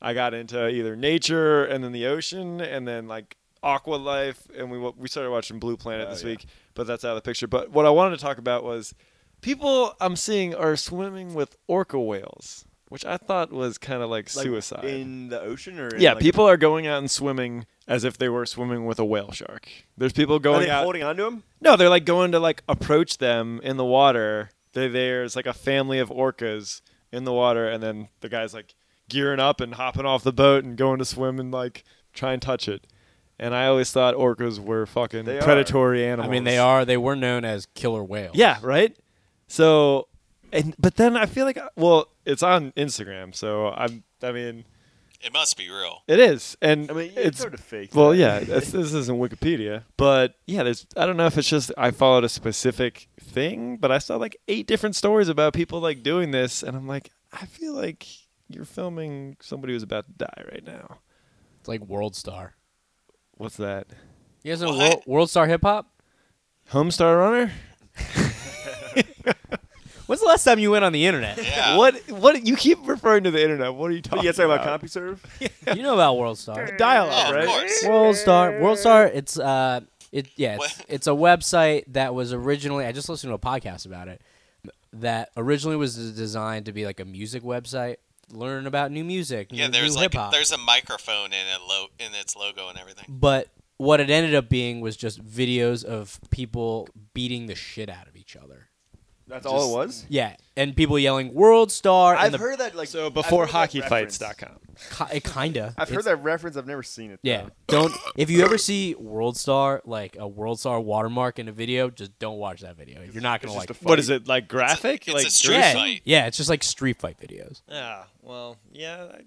[SPEAKER 5] I got into either nature and then the ocean and then like aqua life and we wa- we started watching Blue Planet
[SPEAKER 1] Oh,
[SPEAKER 5] this
[SPEAKER 1] yeah.
[SPEAKER 5] week, but that's out of the picture. But what I wanted to talk about was people I'm seeing are swimming with orca whales, which I thought was kind of like,
[SPEAKER 1] Like,
[SPEAKER 5] suicide.
[SPEAKER 1] in the ocean or in,
[SPEAKER 5] yeah,
[SPEAKER 1] like,
[SPEAKER 5] people are going out and swimming as if they were swimming with a whale shark. There's people
[SPEAKER 1] Are
[SPEAKER 5] going
[SPEAKER 1] they
[SPEAKER 5] out
[SPEAKER 1] holding onto him?
[SPEAKER 5] no, they're like going to like approach them in the water. They there's like a family of orcas in the water, and then the guy's like gearing up and hopping off the boat and going to swim and like try and touch it. And I always thought orcas were fucking
[SPEAKER 1] They are.
[SPEAKER 5] predatory animals.
[SPEAKER 2] I mean, they are. They were known as killer whales.
[SPEAKER 5] Yeah, right. So, and but then I feel like uh, well, it's on Instagram, so I'm. I mean,
[SPEAKER 4] It must be real.
[SPEAKER 5] it is, and
[SPEAKER 1] I mean, yeah,
[SPEAKER 5] it's
[SPEAKER 1] sort of fake.
[SPEAKER 5] well, yeah, that's, this isn't Wikipedia, but yeah, there's. I don't know if it's just I followed a specific thing, but I saw like eight different stories about people like doing this, and I'm like, I feel like you're filming somebody who's about to die right now.
[SPEAKER 2] It's like World Star.
[SPEAKER 5] What's that?
[SPEAKER 2] You guys know
[SPEAKER 4] What?
[SPEAKER 2] World, World Star Hip Hop?
[SPEAKER 5] Homestar Runner?
[SPEAKER 2] When's the last time you went on the internet?
[SPEAKER 4] Yeah.
[SPEAKER 5] What? What? You keep referring to the internet. What are you
[SPEAKER 1] But
[SPEAKER 5] talking?
[SPEAKER 1] you guys talking about
[SPEAKER 5] about?
[SPEAKER 1] CompuServe?
[SPEAKER 2] you know about World Star.
[SPEAKER 5] dial
[SPEAKER 4] Oh,
[SPEAKER 5] up,
[SPEAKER 4] of
[SPEAKER 5] right?
[SPEAKER 4] course.
[SPEAKER 2] World Star. World Star. It's uh, it yeah, it's,
[SPEAKER 4] What?
[SPEAKER 2] it's a website that was originally. I just listened to a podcast about it. That originally was designed to be like a music website, learn about new music,
[SPEAKER 4] Yeah,
[SPEAKER 2] new,
[SPEAKER 4] there's
[SPEAKER 2] new
[SPEAKER 4] like
[SPEAKER 2] hip-hop.
[SPEAKER 4] there's a microphone in it lo- in its logo and everything.
[SPEAKER 2] But what it ended up being was just videos of people beating the shit out of each other.
[SPEAKER 1] That's all it was.
[SPEAKER 2] Yeah, and people yelling "World Star." and
[SPEAKER 1] I've
[SPEAKER 2] the,
[SPEAKER 1] heard that like
[SPEAKER 5] So
[SPEAKER 1] I've
[SPEAKER 5] before
[SPEAKER 1] heard that reference.
[SPEAKER 5] hockeyfights.com.
[SPEAKER 2] ki- kinda.
[SPEAKER 1] I've heard
[SPEAKER 2] It's-
[SPEAKER 1] that reference. I've never seen it.
[SPEAKER 2] Yeah,
[SPEAKER 1] though.
[SPEAKER 2] don't. If you ever see World Star like a World Star watermark in a video, just don't watch that video. You're not gonna
[SPEAKER 1] it's
[SPEAKER 2] like.
[SPEAKER 1] just a
[SPEAKER 5] What is it like? Graphic?
[SPEAKER 4] it's
[SPEAKER 5] like
[SPEAKER 4] a street
[SPEAKER 2] yeah,
[SPEAKER 4] fight.
[SPEAKER 2] yeah, it's just like street fight videos.
[SPEAKER 5] Yeah. Well. Yeah. I,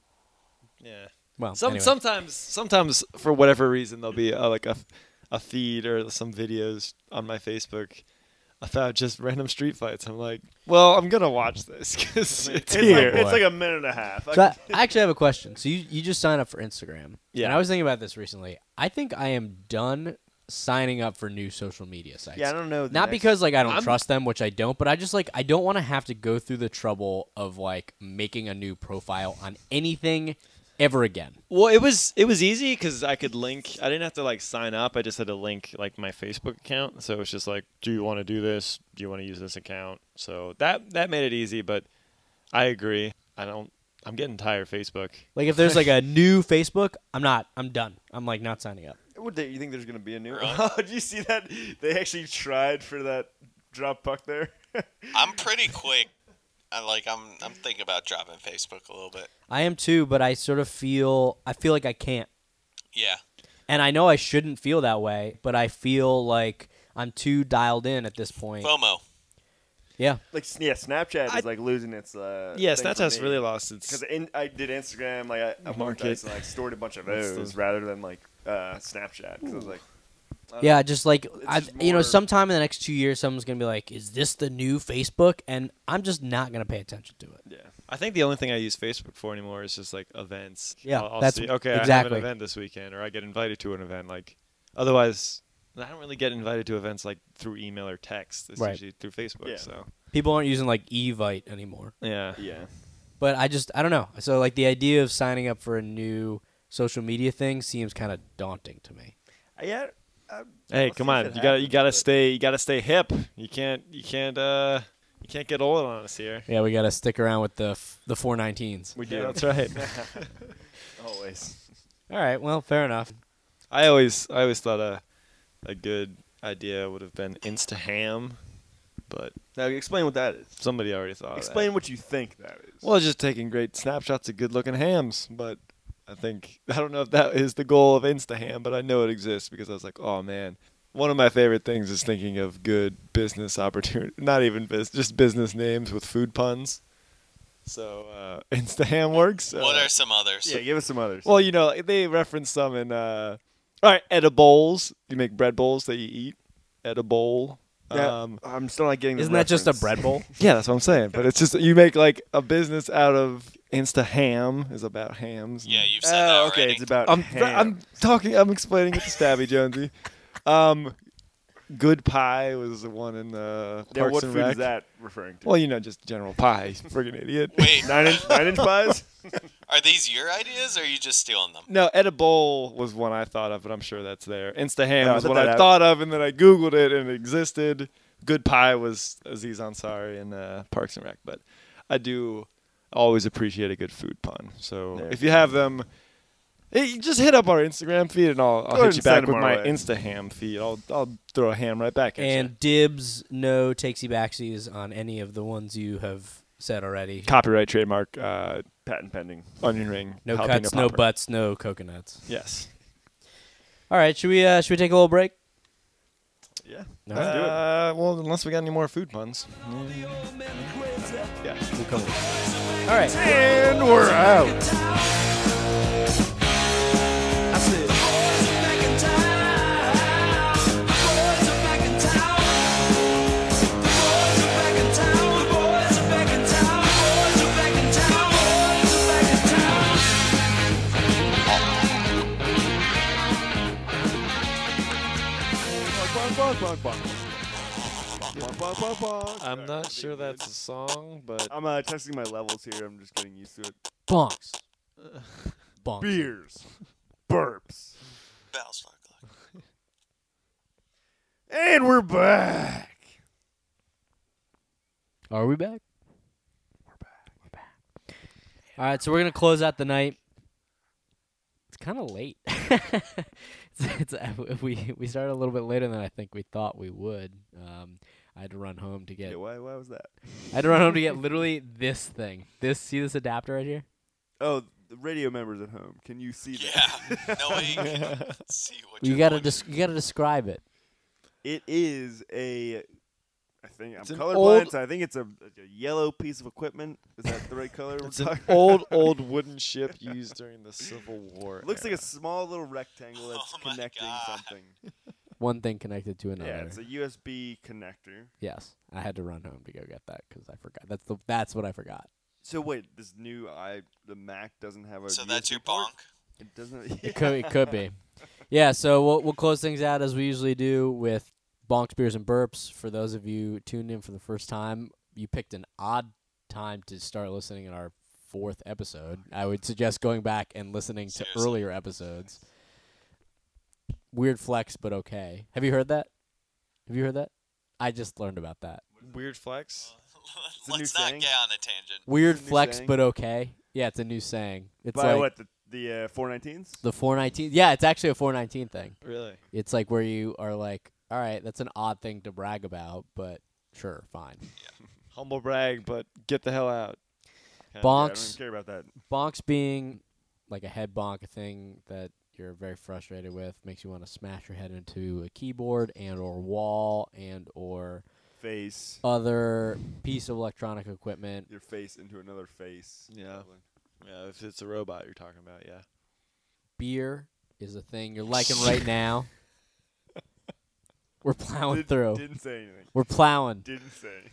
[SPEAKER 5] yeah.
[SPEAKER 2] Well,
[SPEAKER 5] Some,
[SPEAKER 2] Oh, anyway.
[SPEAKER 5] Sometimes, sometimes for whatever reason, there'll be uh like a, a feed or some videos on my Facebook about just random street fights. I'm like, well, I'm gonna watch this because it's
[SPEAKER 1] It's,
[SPEAKER 5] here.
[SPEAKER 1] like, it's like a minute and a half.
[SPEAKER 2] So I, I actually have a question. So you you just signed up for Instagram.
[SPEAKER 5] Yeah.
[SPEAKER 2] And I was thinking about this recently. I think I am done signing up for new social media sites.
[SPEAKER 1] yeah, I don't know. the
[SPEAKER 2] Not
[SPEAKER 1] next-
[SPEAKER 2] because like I don't
[SPEAKER 5] I'm-
[SPEAKER 2] trust them, which I don't, but I just like I don't want to have to go through the trouble of like making a new profile on anything ever again.
[SPEAKER 5] well, it was it was easy because I could link. I didn't have to like sign up. I just had to link like my Facebook account. So it's just like, do you want to do this? Do you want to use this account? So that that made it easy. But I agree. I don't. I'm getting tired of Facebook.
[SPEAKER 2] Like if there's like a new Facebook, I'm not. I'm done. I'm like not signing up.
[SPEAKER 1] What day, you think there's gonna be a new?
[SPEAKER 4] Really?
[SPEAKER 1] Oh, did you see that? They actually tried for that drop puck there.
[SPEAKER 4] I'm pretty quick. I like I'm I'm thinking about dropping Facebook a little bit.
[SPEAKER 2] I am too, but I sort of feel I feel like I can't.
[SPEAKER 4] Yeah.
[SPEAKER 2] And I know I shouldn't feel that way, but I feel like I'm too dialed in at this point.
[SPEAKER 4] FOMO.
[SPEAKER 2] yeah.
[SPEAKER 1] like, s- yeah, Snapchat
[SPEAKER 5] I-
[SPEAKER 1] is like losing its. Uh,
[SPEAKER 5] Yeah, Snapchat's really lost its
[SPEAKER 1] Because I did Instagram, like I, I
[SPEAKER 5] Market.
[SPEAKER 1] market, like stored a bunch of
[SPEAKER 5] That's
[SPEAKER 1] those
[SPEAKER 5] the-
[SPEAKER 1] rather than like uh, Snapchat. 'Cause I was like,
[SPEAKER 2] Yeah, just like I,
[SPEAKER 1] just
[SPEAKER 2] you know,
[SPEAKER 1] more-
[SPEAKER 2] sometime in the next two years, someone's gonna be like, "Is this the new Facebook?" And I'm just not gonna pay attention to it.
[SPEAKER 1] yeah,
[SPEAKER 5] I think the only thing I use Facebook for anymore is just like events.
[SPEAKER 2] Yeah,
[SPEAKER 5] I'll, I'll
[SPEAKER 2] that's-
[SPEAKER 5] see, okay. I have an
[SPEAKER 2] exactly.
[SPEAKER 5] event this weekend, or I get invited to an event. Like, otherwise, I don't really get invited to events like through email or text. It's
[SPEAKER 2] Right.
[SPEAKER 5] usually through Facebook.
[SPEAKER 1] Yeah.
[SPEAKER 5] So
[SPEAKER 2] People aren't using like Evite anymore.
[SPEAKER 5] yeah,
[SPEAKER 1] yeah.
[SPEAKER 2] But I just I don't know. So like the idea of signing up for a new social media thing seems kind of daunting to me.
[SPEAKER 1] I, Uh, yeah I,
[SPEAKER 5] Hey,
[SPEAKER 1] I'll
[SPEAKER 5] come
[SPEAKER 1] see if
[SPEAKER 5] on!
[SPEAKER 1] it
[SPEAKER 5] You got to you
[SPEAKER 1] happens,
[SPEAKER 5] got to
[SPEAKER 1] but-
[SPEAKER 5] stay you got to stay hip. You can't you can't uh you can't get old on us here.
[SPEAKER 2] Yeah, we gotta stick around with the f- the four nineteens.
[SPEAKER 1] We do.
[SPEAKER 5] Yeah, that's right.
[SPEAKER 1] Always.
[SPEAKER 2] All right. Well, fair enough.
[SPEAKER 5] I always I always thought a a good idea would have been Instaham, but
[SPEAKER 1] Now explain what that is.
[SPEAKER 5] somebody already thought. of that.
[SPEAKER 1] explain what you think that is.
[SPEAKER 5] Well, just taking great snapshots of good looking hams, but I think I don't know if that is the goal of Instaham, but I know it exists because I was like, oh man. One of my favorite things is thinking of good business opportunity, not even business, just business names with food puns. So uh, Instaham works.
[SPEAKER 4] what
[SPEAKER 5] Uh,
[SPEAKER 4] are some others?
[SPEAKER 1] yeah, give us some others.
[SPEAKER 5] well, you know, they reference some in uh, all right, edibles. You make bread bowls that you eat. edible.
[SPEAKER 1] Yeah,
[SPEAKER 5] Um,
[SPEAKER 1] I'm still not getting. the
[SPEAKER 2] Isn't that just a
[SPEAKER 1] reference.
[SPEAKER 2] bread bowl?
[SPEAKER 5] yeah, that's what I'm saying. But it's just you make like a business out of Insta ham is about hams.
[SPEAKER 4] Yeah, you've said that
[SPEAKER 1] Oh,
[SPEAKER 4] already.
[SPEAKER 1] okay. It's about.
[SPEAKER 5] I'm
[SPEAKER 1] ham.
[SPEAKER 5] I'm talking. I'm explaining it to Stabby Jonesy. Um, good pie was the one in uh, Parks
[SPEAKER 1] Yeah, what
[SPEAKER 5] and
[SPEAKER 1] food
[SPEAKER 5] Rec.
[SPEAKER 1] is that referring to?
[SPEAKER 5] Well, you know, just general pie. Friggin' idiot.
[SPEAKER 4] Wait,
[SPEAKER 1] nine inch nine inch pies.
[SPEAKER 4] are these your ideas or are you just stealing them?
[SPEAKER 5] No, edible was one I thought of, but I'm sure that's there. Instaham
[SPEAKER 1] No, I
[SPEAKER 5] was
[SPEAKER 1] thought
[SPEAKER 5] what
[SPEAKER 1] that
[SPEAKER 5] I
[SPEAKER 1] out-
[SPEAKER 5] thought of, and then I Googled it, and it existed. Good Pie was Aziz Ansari in uh, Parks and Rec, but I do always appreciate a good food pun. So
[SPEAKER 1] There
[SPEAKER 5] if you have them, eh, you just hit up our Instagram feed, and I'll,
[SPEAKER 1] ahead
[SPEAKER 5] I'll hit you
[SPEAKER 1] and send
[SPEAKER 5] back
[SPEAKER 1] them
[SPEAKER 5] with
[SPEAKER 1] our
[SPEAKER 5] my
[SPEAKER 1] way.
[SPEAKER 5] Instaham feed. I'll, I'll throw a ham right back at you.
[SPEAKER 2] And dibs, no takesy backsies on any of the ones you have said already.
[SPEAKER 5] Copyright trademark uh,
[SPEAKER 1] Patent pending.
[SPEAKER 5] onion ring.
[SPEAKER 2] No
[SPEAKER 5] jalapeno
[SPEAKER 2] cuts, no
[SPEAKER 5] popper.
[SPEAKER 2] butts, no coconuts.
[SPEAKER 5] Yes.
[SPEAKER 2] All right, should we uh, should we take a little break?
[SPEAKER 1] Yeah.
[SPEAKER 2] No.
[SPEAKER 1] Let's do it.
[SPEAKER 5] Uh, well, unless we got any more food puns. Yeah.
[SPEAKER 2] We'll come. All right.
[SPEAKER 5] And we're out. I'm not sure that's a song, but
[SPEAKER 1] I'm uh, testing my levels here. I'm just getting used to it.
[SPEAKER 2] Bonks. Bonks.
[SPEAKER 1] Beers, burps,
[SPEAKER 4] Battlestar Galactica.
[SPEAKER 1] and we're back.
[SPEAKER 2] Are we back? We're back. We're back. All right, so we're gonna close out the night. It's kind of late. it's, it's, we we started a little bit later than I think we thought we would. Um, I had to run home to get.
[SPEAKER 1] Yeah, why, why was that?
[SPEAKER 2] I had to run home to get literally this thing. This see this adapter right here.
[SPEAKER 1] Oh, the radio members at home. Can you see that?
[SPEAKER 4] Yeah. No way you can see what
[SPEAKER 2] You
[SPEAKER 4] you're
[SPEAKER 2] gotta
[SPEAKER 4] doing.
[SPEAKER 2] des- you gotta describe it.
[SPEAKER 1] It is a. I think I'm
[SPEAKER 5] an
[SPEAKER 1] colorblind,
[SPEAKER 5] old-
[SPEAKER 1] so I think it's a, a yellow piece of equipment. Is that the right color? we're
[SPEAKER 5] it's an
[SPEAKER 1] talking-
[SPEAKER 5] old, old wooden ship used during the Civil War.
[SPEAKER 1] Looks like
[SPEAKER 5] era.
[SPEAKER 1] a small little rectangle that's
[SPEAKER 4] Oh my
[SPEAKER 1] connecting
[SPEAKER 4] God.
[SPEAKER 1] something.
[SPEAKER 2] One thing connected to another.
[SPEAKER 1] Yeah, it's a USB connector.
[SPEAKER 2] yes, I had to run home to go get that because I forgot. That's the that's what I forgot.
[SPEAKER 1] So wait, this new i the Mac doesn't have a.
[SPEAKER 4] So that's
[SPEAKER 1] USB
[SPEAKER 4] your
[SPEAKER 1] port?
[SPEAKER 4] bonk.
[SPEAKER 1] It doesn't.
[SPEAKER 2] It could, it could be. Yeah, so we'll, we'll close things out as we usually do with bonks, beers, and burps. For those of you tuned in for the first time, you picked an odd time to start listening in our fourth episode. I would suggest going back and listening to
[SPEAKER 4] Seriously.
[SPEAKER 2] earlier episodes. Weird flex, but okay. Have you heard that? Have you heard that? I just learned about that.
[SPEAKER 5] weird flex.
[SPEAKER 1] a new
[SPEAKER 4] Let's not
[SPEAKER 1] saying.
[SPEAKER 4] get on a tangent.
[SPEAKER 2] Weird
[SPEAKER 1] new
[SPEAKER 2] flex,
[SPEAKER 1] saying?
[SPEAKER 2] but okay. Yeah, it's a new saying. It's
[SPEAKER 1] By
[SPEAKER 2] like
[SPEAKER 1] what the the uh, 419s?
[SPEAKER 2] the 419. Yeah, it's actually a 419 thing.
[SPEAKER 5] Really?
[SPEAKER 2] It's like where you are like, all right, that's an odd thing to brag about, but sure, fine.
[SPEAKER 5] Humble brag, but get the hell out. Yeah,
[SPEAKER 1] Yeah, I don't
[SPEAKER 2] Bonks,
[SPEAKER 1] even care about that.
[SPEAKER 2] bonks being like a head bonk, a thing that you're very frustrated with, makes you want to smash your head into a keyboard and or wall and or
[SPEAKER 1] Face
[SPEAKER 2] other piece of electronic equipment.
[SPEAKER 1] your face into another face.
[SPEAKER 5] Yeah. Yeah, if it's a robot you're talking about, yeah.
[SPEAKER 2] Beer is a thing you're liking right now. We're plowing
[SPEAKER 1] Did-
[SPEAKER 2] through.
[SPEAKER 1] Didn't say anything.
[SPEAKER 2] We're plowing.
[SPEAKER 1] Didn't say.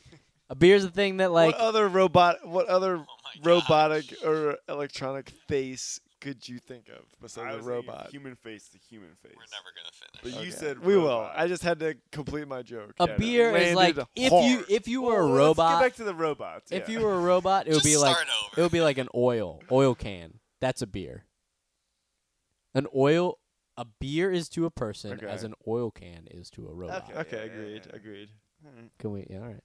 [SPEAKER 2] A beer's a thing that like Oh
[SPEAKER 5] what other robot? What other
[SPEAKER 4] Oh my
[SPEAKER 5] robotic or electronic face could you think of
[SPEAKER 1] I
[SPEAKER 5] besides a
[SPEAKER 1] was thinking
[SPEAKER 5] robot?
[SPEAKER 1] Human face to human face.
[SPEAKER 4] We're never gonna finish.
[SPEAKER 1] But you
[SPEAKER 5] Okay.
[SPEAKER 1] said
[SPEAKER 5] we will.
[SPEAKER 1] robot.
[SPEAKER 5] I just had to complete my joke.
[SPEAKER 2] a
[SPEAKER 5] Yeah, it
[SPEAKER 2] beer is
[SPEAKER 5] landed
[SPEAKER 2] like if you
[SPEAKER 5] hard.
[SPEAKER 2] if you were
[SPEAKER 1] Well,
[SPEAKER 2] a
[SPEAKER 1] let's
[SPEAKER 2] robot
[SPEAKER 1] Get back to the robots.
[SPEAKER 2] If
[SPEAKER 1] yeah.
[SPEAKER 2] you were a robot, it would
[SPEAKER 4] Just
[SPEAKER 2] be like
[SPEAKER 4] start over.
[SPEAKER 2] it would be like an oil oil can. That's a beer. An oil a beer is to a person
[SPEAKER 1] Okay.
[SPEAKER 2] as an oil can is to a robot.
[SPEAKER 1] Okay.
[SPEAKER 5] Okay,
[SPEAKER 1] Yeah, yeah,
[SPEAKER 5] agreed.
[SPEAKER 1] yeah.
[SPEAKER 5] Agreed.
[SPEAKER 1] Alright,
[SPEAKER 2] Can we? Yeah, all right.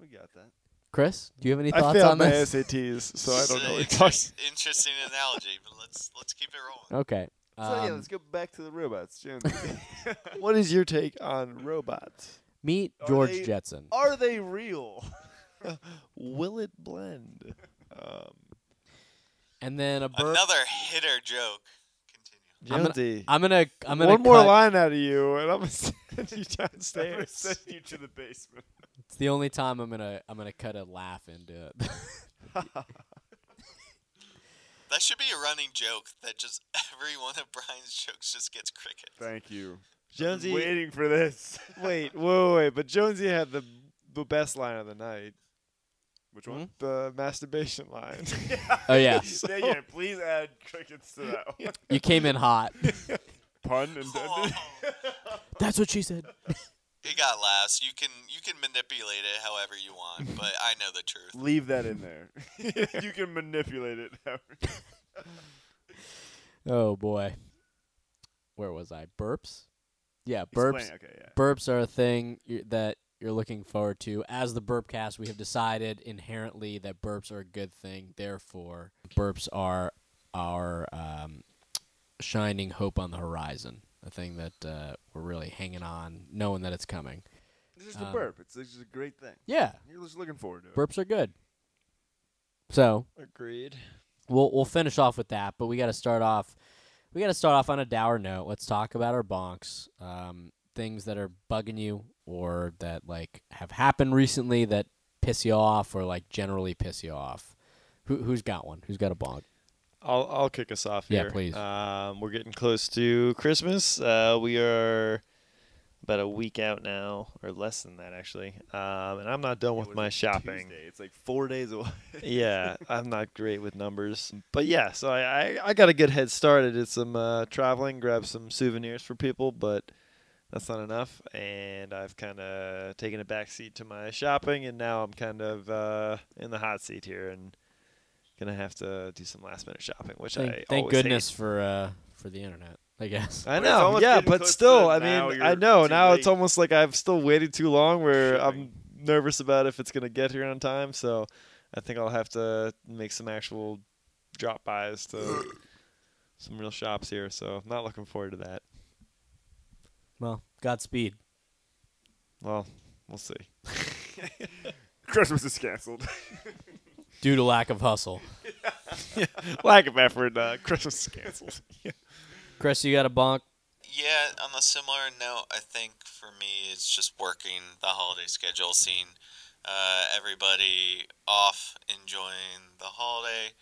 [SPEAKER 1] we got that.
[SPEAKER 2] Chris, do you have any
[SPEAKER 5] I
[SPEAKER 2] thoughts
[SPEAKER 5] failed
[SPEAKER 2] on
[SPEAKER 5] my
[SPEAKER 2] this?
[SPEAKER 5] SATs, so I
[SPEAKER 4] It's
[SPEAKER 5] don't
[SPEAKER 4] a
[SPEAKER 5] know what you're talking.
[SPEAKER 4] interest- Interesting analogy, but let's let's keep it rolling.
[SPEAKER 2] Okay.
[SPEAKER 1] So yeah,
[SPEAKER 2] um,
[SPEAKER 1] let's go back to the robots. Jones.
[SPEAKER 5] What is your take on robots?
[SPEAKER 2] meet
[SPEAKER 1] Are
[SPEAKER 2] George
[SPEAKER 1] they-
[SPEAKER 2] Jetson.
[SPEAKER 1] Are they real?
[SPEAKER 5] Will it blend? Um,
[SPEAKER 2] And then a burp.
[SPEAKER 4] Another hitter joke. Continue.
[SPEAKER 2] I'm gonna-
[SPEAKER 5] Jonesy,
[SPEAKER 2] I'm gonna I'm gonna
[SPEAKER 5] one more
[SPEAKER 2] cut-
[SPEAKER 5] line out of you, and I'm gonna send you
[SPEAKER 1] They send
[SPEAKER 5] downstairs.
[SPEAKER 1] you to the basement.
[SPEAKER 2] It's the only time I'm gonna I'm gonna cut a laugh into it.
[SPEAKER 4] That should be a running joke. That just every one of Brian's jokes just gets crickets.
[SPEAKER 1] Thank you.
[SPEAKER 5] Jonesy.
[SPEAKER 1] waiting for this.
[SPEAKER 5] wait, whoa, wait. But Jonesy had the the best line of the night,
[SPEAKER 2] Hmm?
[SPEAKER 1] Which one?
[SPEAKER 5] the masturbation line.
[SPEAKER 2] Oh yeah,
[SPEAKER 1] Yeah, yeah, please add crickets to that one.
[SPEAKER 2] you came in hot.
[SPEAKER 1] Pun intended.
[SPEAKER 2] That's what she said.
[SPEAKER 4] It got laughs. You can you can manipulate it however you want, but I know the truth.
[SPEAKER 1] Leave that in there. you can manipulate it. however-
[SPEAKER 2] Oh boy, where was I? Burps. Yeah,
[SPEAKER 1] Explain-
[SPEAKER 2] burps.
[SPEAKER 1] Okay, yeah.
[SPEAKER 2] Burps are a thing you- that you're looking forward to. As the Burpcast, we have decided inherently that burps are a good thing. Therefore, burps are our um, shining hope on the horizon. A thing that uh, we're really hanging on, knowing that it's coming.
[SPEAKER 1] It's just
[SPEAKER 5] Uh.
[SPEAKER 2] Um,
[SPEAKER 1] a burp. It's, it's just a great thing.
[SPEAKER 2] Yeah,
[SPEAKER 1] You're just looking forward to it.
[SPEAKER 2] burps are good. So
[SPEAKER 5] Agreed.
[SPEAKER 2] we'll we'll finish off with that, but we got to start off. We got to start off on a dour note. Let's talk about our bonks, um, things that are bugging you or that like have happened recently that piss you off or like generally piss you off. Who who's got one? Who's got a bonk?
[SPEAKER 5] I'll I'll kick us off
[SPEAKER 2] Yeah,
[SPEAKER 5] here.
[SPEAKER 2] please.
[SPEAKER 5] Um, we're getting close to Christmas. Uh, we are about a week out now, or less than that actually. Um, and I'm not done with
[SPEAKER 1] What is
[SPEAKER 5] my
[SPEAKER 1] it,
[SPEAKER 5] shopping.
[SPEAKER 1] Tuesday? It's like four days away.
[SPEAKER 5] yeah, I'm not great with numbers, but yeah. So I, I, I got a good head start. I did some uh, traveling, grabbed some souvenirs for people, but that's not enough. And I've kind of taken a back seat to my shopping, and now I'm kind of uh, in the hot seat here and gonna have to do some last minute shopping, which
[SPEAKER 2] Thank,
[SPEAKER 5] I
[SPEAKER 2] thank
[SPEAKER 5] always hate.
[SPEAKER 2] goodness for uh, for the internet, I guess.
[SPEAKER 5] I
[SPEAKER 1] But it's
[SPEAKER 5] know,
[SPEAKER 1] almost
[SPEAKER 5] yeah,
[SPEAKER 1] getting
[SPEAKER 5] but
[SPEAKER 1] close
[SPEAKER 5] still,
[SPEAKER 1] to
[SPEAKER 5] I
[SPEAKER 1] now
[SPEAKER 5] mean,
[SPEAKER 1] you're
[SPEAKER 5] I know
[SPEAKER 1] too
[SPEAKER 5] now
[SPEAKER 1] late.
[SPEAKER 5] it's almost like I've still waited too long where
[SPEAKER 1] Shipping.
[SPEAKER 5] I'm nervous about if it's gonna get here on time. So I think I'll have to make some actual drop buys to some real shops here. So I'm not looking forward to that.
[SPEAKER 2] Well, Godspeed.
[SPEAKER 5] Well, we'll see.
[SPEAKER 1] Christmas is canceled.
[SPEAKER 2] Due to lack of hustle,
[SPEAKER 5] Lack of effort. Uh, Christmas cancels.
[SPEAKER 2] Chris, you got a bonk.
[SPEAKER 4] Yeah, on a similar note, I think for me it's just working the holiday schedule, seeing uh, everybody off enjoying the holiday.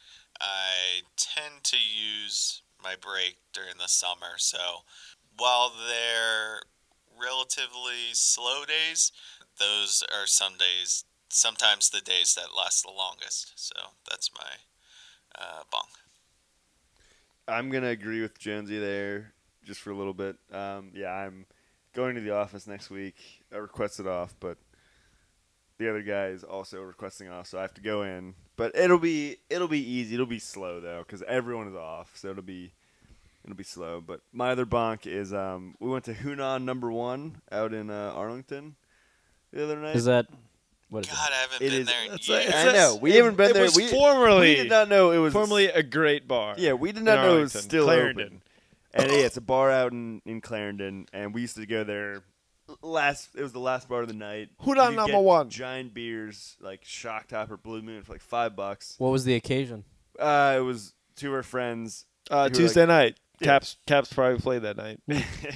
[SPEAKER 4] I tend to use my break during the summer, so while they're relatively slow days, those are some days, sometimes the days that last the longest. So that's my uh, bong.
[SPEAKER 1] I'm gonna agree with Jonesy there just for a little bit. Um, yeah, I'm going to the office next week. I requested off, but the other guy is also requesting off, so I have to go in. But it'll be it'll be easy. It'll be slow though, because everyone is off, so it'll be it'll be slow. But my other bonk is um, we went to Hunan Number One out in uh, Arlington the other night.
[SPEAKER 2] Is that what is
[SPEAKER 4] God, I haven't
[SPEAKER 1] It
[SPEAKER 4] been
[SPEAKER 1] is-
[SPEAKER 4] there in
[SPEAKER 5] That's
[SPEAKER 4] years.
[SPEAKER 5] a-
[SPEAKER 1] I know we haven't been
[SPEAKER 5] it
[SPEAKER 1] there.
[SPEAKER 5] was
[SPEAKER 1] we,
[SPEAKER 5] formerly
[SPEAKER 1] we did not know it was
[SPEAKER 5] formerly a great bar.
[SPEAKER 1] Yeah, we did
[SPEAKER 5] in
[SPEAKER 1] not know it was
[SPEAKER 5] Arlington,
[SPEAKER 1] still
[SPEAKER 5] Clarendon.
[SPEAKER 1] open. And yeah, it's a bar out in, in Clarendon, and we used to go there last. It was the last bar of the night.
[SPEAKER 5] Who
[SPEAKER 1] You
[SPEAKER 5] done
[SPEAKER 1] could
[SPEAKER 5] number
[SPEAKER 1] get
[SPEAKER 5] one?
[SPEAKER 1] Giant beers like Shock Top or Blue Moon for like five bucks.
[SPEAKER 2] What was the occasion?
[SPEAKER 1] Uh, it was two of our friends. who
[SPEAKER 5] Uh,
[SPEAKER 1] were
[SPEAKER 5] Tuesday night.
[SPEAKER 1] Yeah.
[SPEAKER 5] Caps Caps probably played that night.
[SPEAKER 1] Like,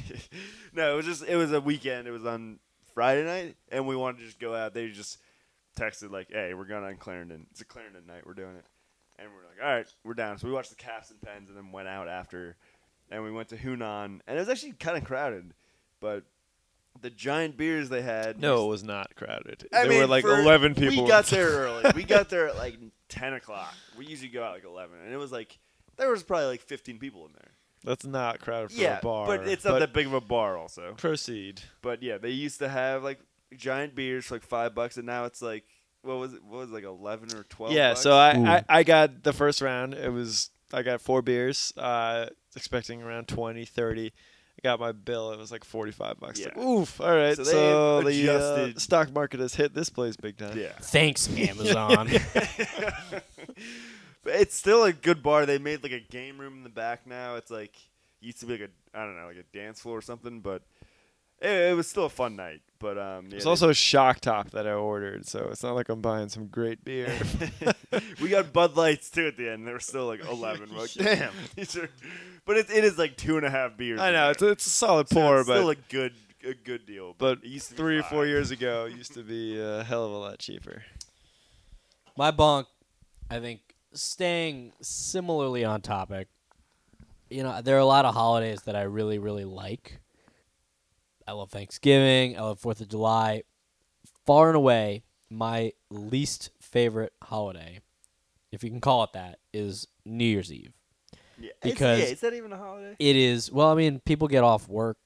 [SPEAKER 1] no, it was just it was a weekend. It was on Friday night, and we wanted to just go out. They just texted like, "Hey, we're going on Clarendon. It's a Clarendon night. We're doing it." And we're like, "All right, we're down." So we watched the Caps and Pens, and then went out after, and we went to Hunan, and it was actually kind of crowded, but the giant beers they had.
[SPEAKER 5] No, it was not crowded.
[SPEAKER 1] I
[SPEAKER 5] there
[SPEAKER 1] mean,
[SPEAKER 5] were like
[SPEAKER 1] for-
[SPEAKER 5] eleven people.
[SPEAKER 1] We got there early. we got there at like ten o'clock. We usually go out like eleven, and it was like there was probably like fifteen people in there.
[SPEAKER 5] That's not crowded for
[SPEAKER 1] yeah,
[SPEAKER 5] a bar.
[SPEAKER 1] but it's not that big of a bar, also.
[SPEAKER 5] Proceed.
[SPEAKER 1] But yeah, they used to have like giant beers for like five bucks, and now it's like what was it? What was it, like eleven or twelve?
[SPEAKER 5] yeah,
[SPEAKER 1] bucks?
[SPEAKER 5] so I,
[SPEAKER 2] Ooh.
[SPEAKER 5] I I got the first round. It was I got four beers. Uh, expecting around 20, 30. I got my bill. It was like forty five bucks.
[SPEAKER 1] Yeah.
[SPEAKER 5] Like, oof. All right.
[SPEAKER 1] So
[SPEAKER 5] So,
[SPEAKER 1] they
[SPEAKER 5] the uh,
[SPEAKER 1] adjusted-
[SPEAKER 5] stock market has hit this place big time.
[SPEAKER 1] yeah,
[SPEAKER 2] Thanks, Amazon.
[SPEAKER 1] but it's still a good bar. They made like a game room in the back now. It's like used to be like a I don't know like a dance floor or something, but it, it was still a fun night. But um, yeah,
[SPEAKER 5] It's
[SPEAKER 1] they-
[SPEAKER 5] also a shock top that I ordered, so it's not like I'm buying some great beer.
[SPEAKER 1] we got Bud Lights too at the end. and They were still like eleven. We're like, damn, these are. But it, it is like two and a half beers.
[SPEAKER 5] I
[SPEAKER 1] in
[SPEAKER 5] know
[SPEAKER 1] there.
[SPEAKER 5] it's a, it's a solid
[SPEAKER 1] So
[SPEAKER 5] pour,
[SPEAKER 1] it's
[SPEAKER 5] but
[SPEAKER 1] still a good a good deal.
[SPEAKER 5] but
[SPEAKER 1] it used to be
[SPEAKER 5] three or four
[SPEAKER 1] five.
[SPEAKER 5] years ago, it used to be a hell of a lot cheaper.
[SPEAKER 2] My bonk, I think, staying similarly on topic. You know, there are a lot of holidays that I really, really like, I love Thanksgiving. I love Fourth of July. Far and away, my least favorite holiday, if you can call it that, is New Year's Eve.
[SPEAKER 1] Yeah,
[SPEAKER 2] Because-
[SPEAKER 1] it's, yeah, is that even a holiday?
[SPEAKER 2] It is well, I mean, people get off work.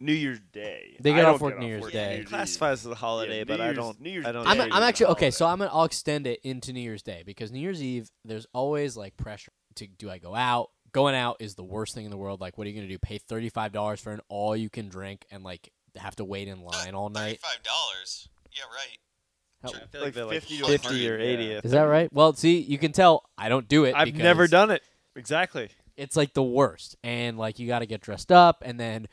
[SPEAKER 1] New Year's Day.
[SPEAKER 2] They
[SPEAKER 1] I
[SPEAKER 2] get
[SPEAKER 1] don't
[SPEAKER 2] off work New Year's Day.
[SPEAKER 1] Eve.
[SPEAKER 5] classifies as a holiday,
[SPEAKER 1] Yeah,
[SPEAKER 5] but
[SPEAKER 1] New
[SPEAKER 5] I
[SPEAKER 1] Year's-
[SPEAKER 5] don't.
[SPEAKER 1] New Year's
[SPEAKER 5] I don't.
[SPEAKER 1] Day Oh,
[SPEAKER 2] I'm,
[SPEAKER 1] Yeah, you
[SPEAKER 5] agree
[SPEAKER 2] I'm
[SPEAKER 1] get
[SPEAKER 5] with
[SPEAKER 2] actually
[SPEAKER 1] off
[SPEAKER 2] okay.
[SPEAKER 1] work.
[SPEAKER 2] So I'm gonna I'll extend it into New Year's Day because New Year's Eve there's always like pressure to do I go out? Going out is the worst thing in the world. Like, what are you gonna do? Pay thirty five dollars for an all you can drink and like have to wait in line all night?
[SPEAKER 4] Thirty-five dollars. Yeah, right.
[SPEAKER 5] that. I feel
[SPEAKER 1] like
[SPEAKER 5] like they're like
[SPEAKER 1] 50 to
[SPEAKER 5] 50 or
[SPEAKER 1] 100,
[SPEAKER 5] 80.
[SPEAKER 1] yeah.
[SPEAKER 5] if
[SPEAKER 2] Is that right? Well, see, you can tell I don't do it.
[SPEAKER 5] I've
[SPEAKER 2] because
[SPEAKER 5] never done it. Exactly.
[SPEAKER 2] It's like the worst, and like you got to get dressed up, and then,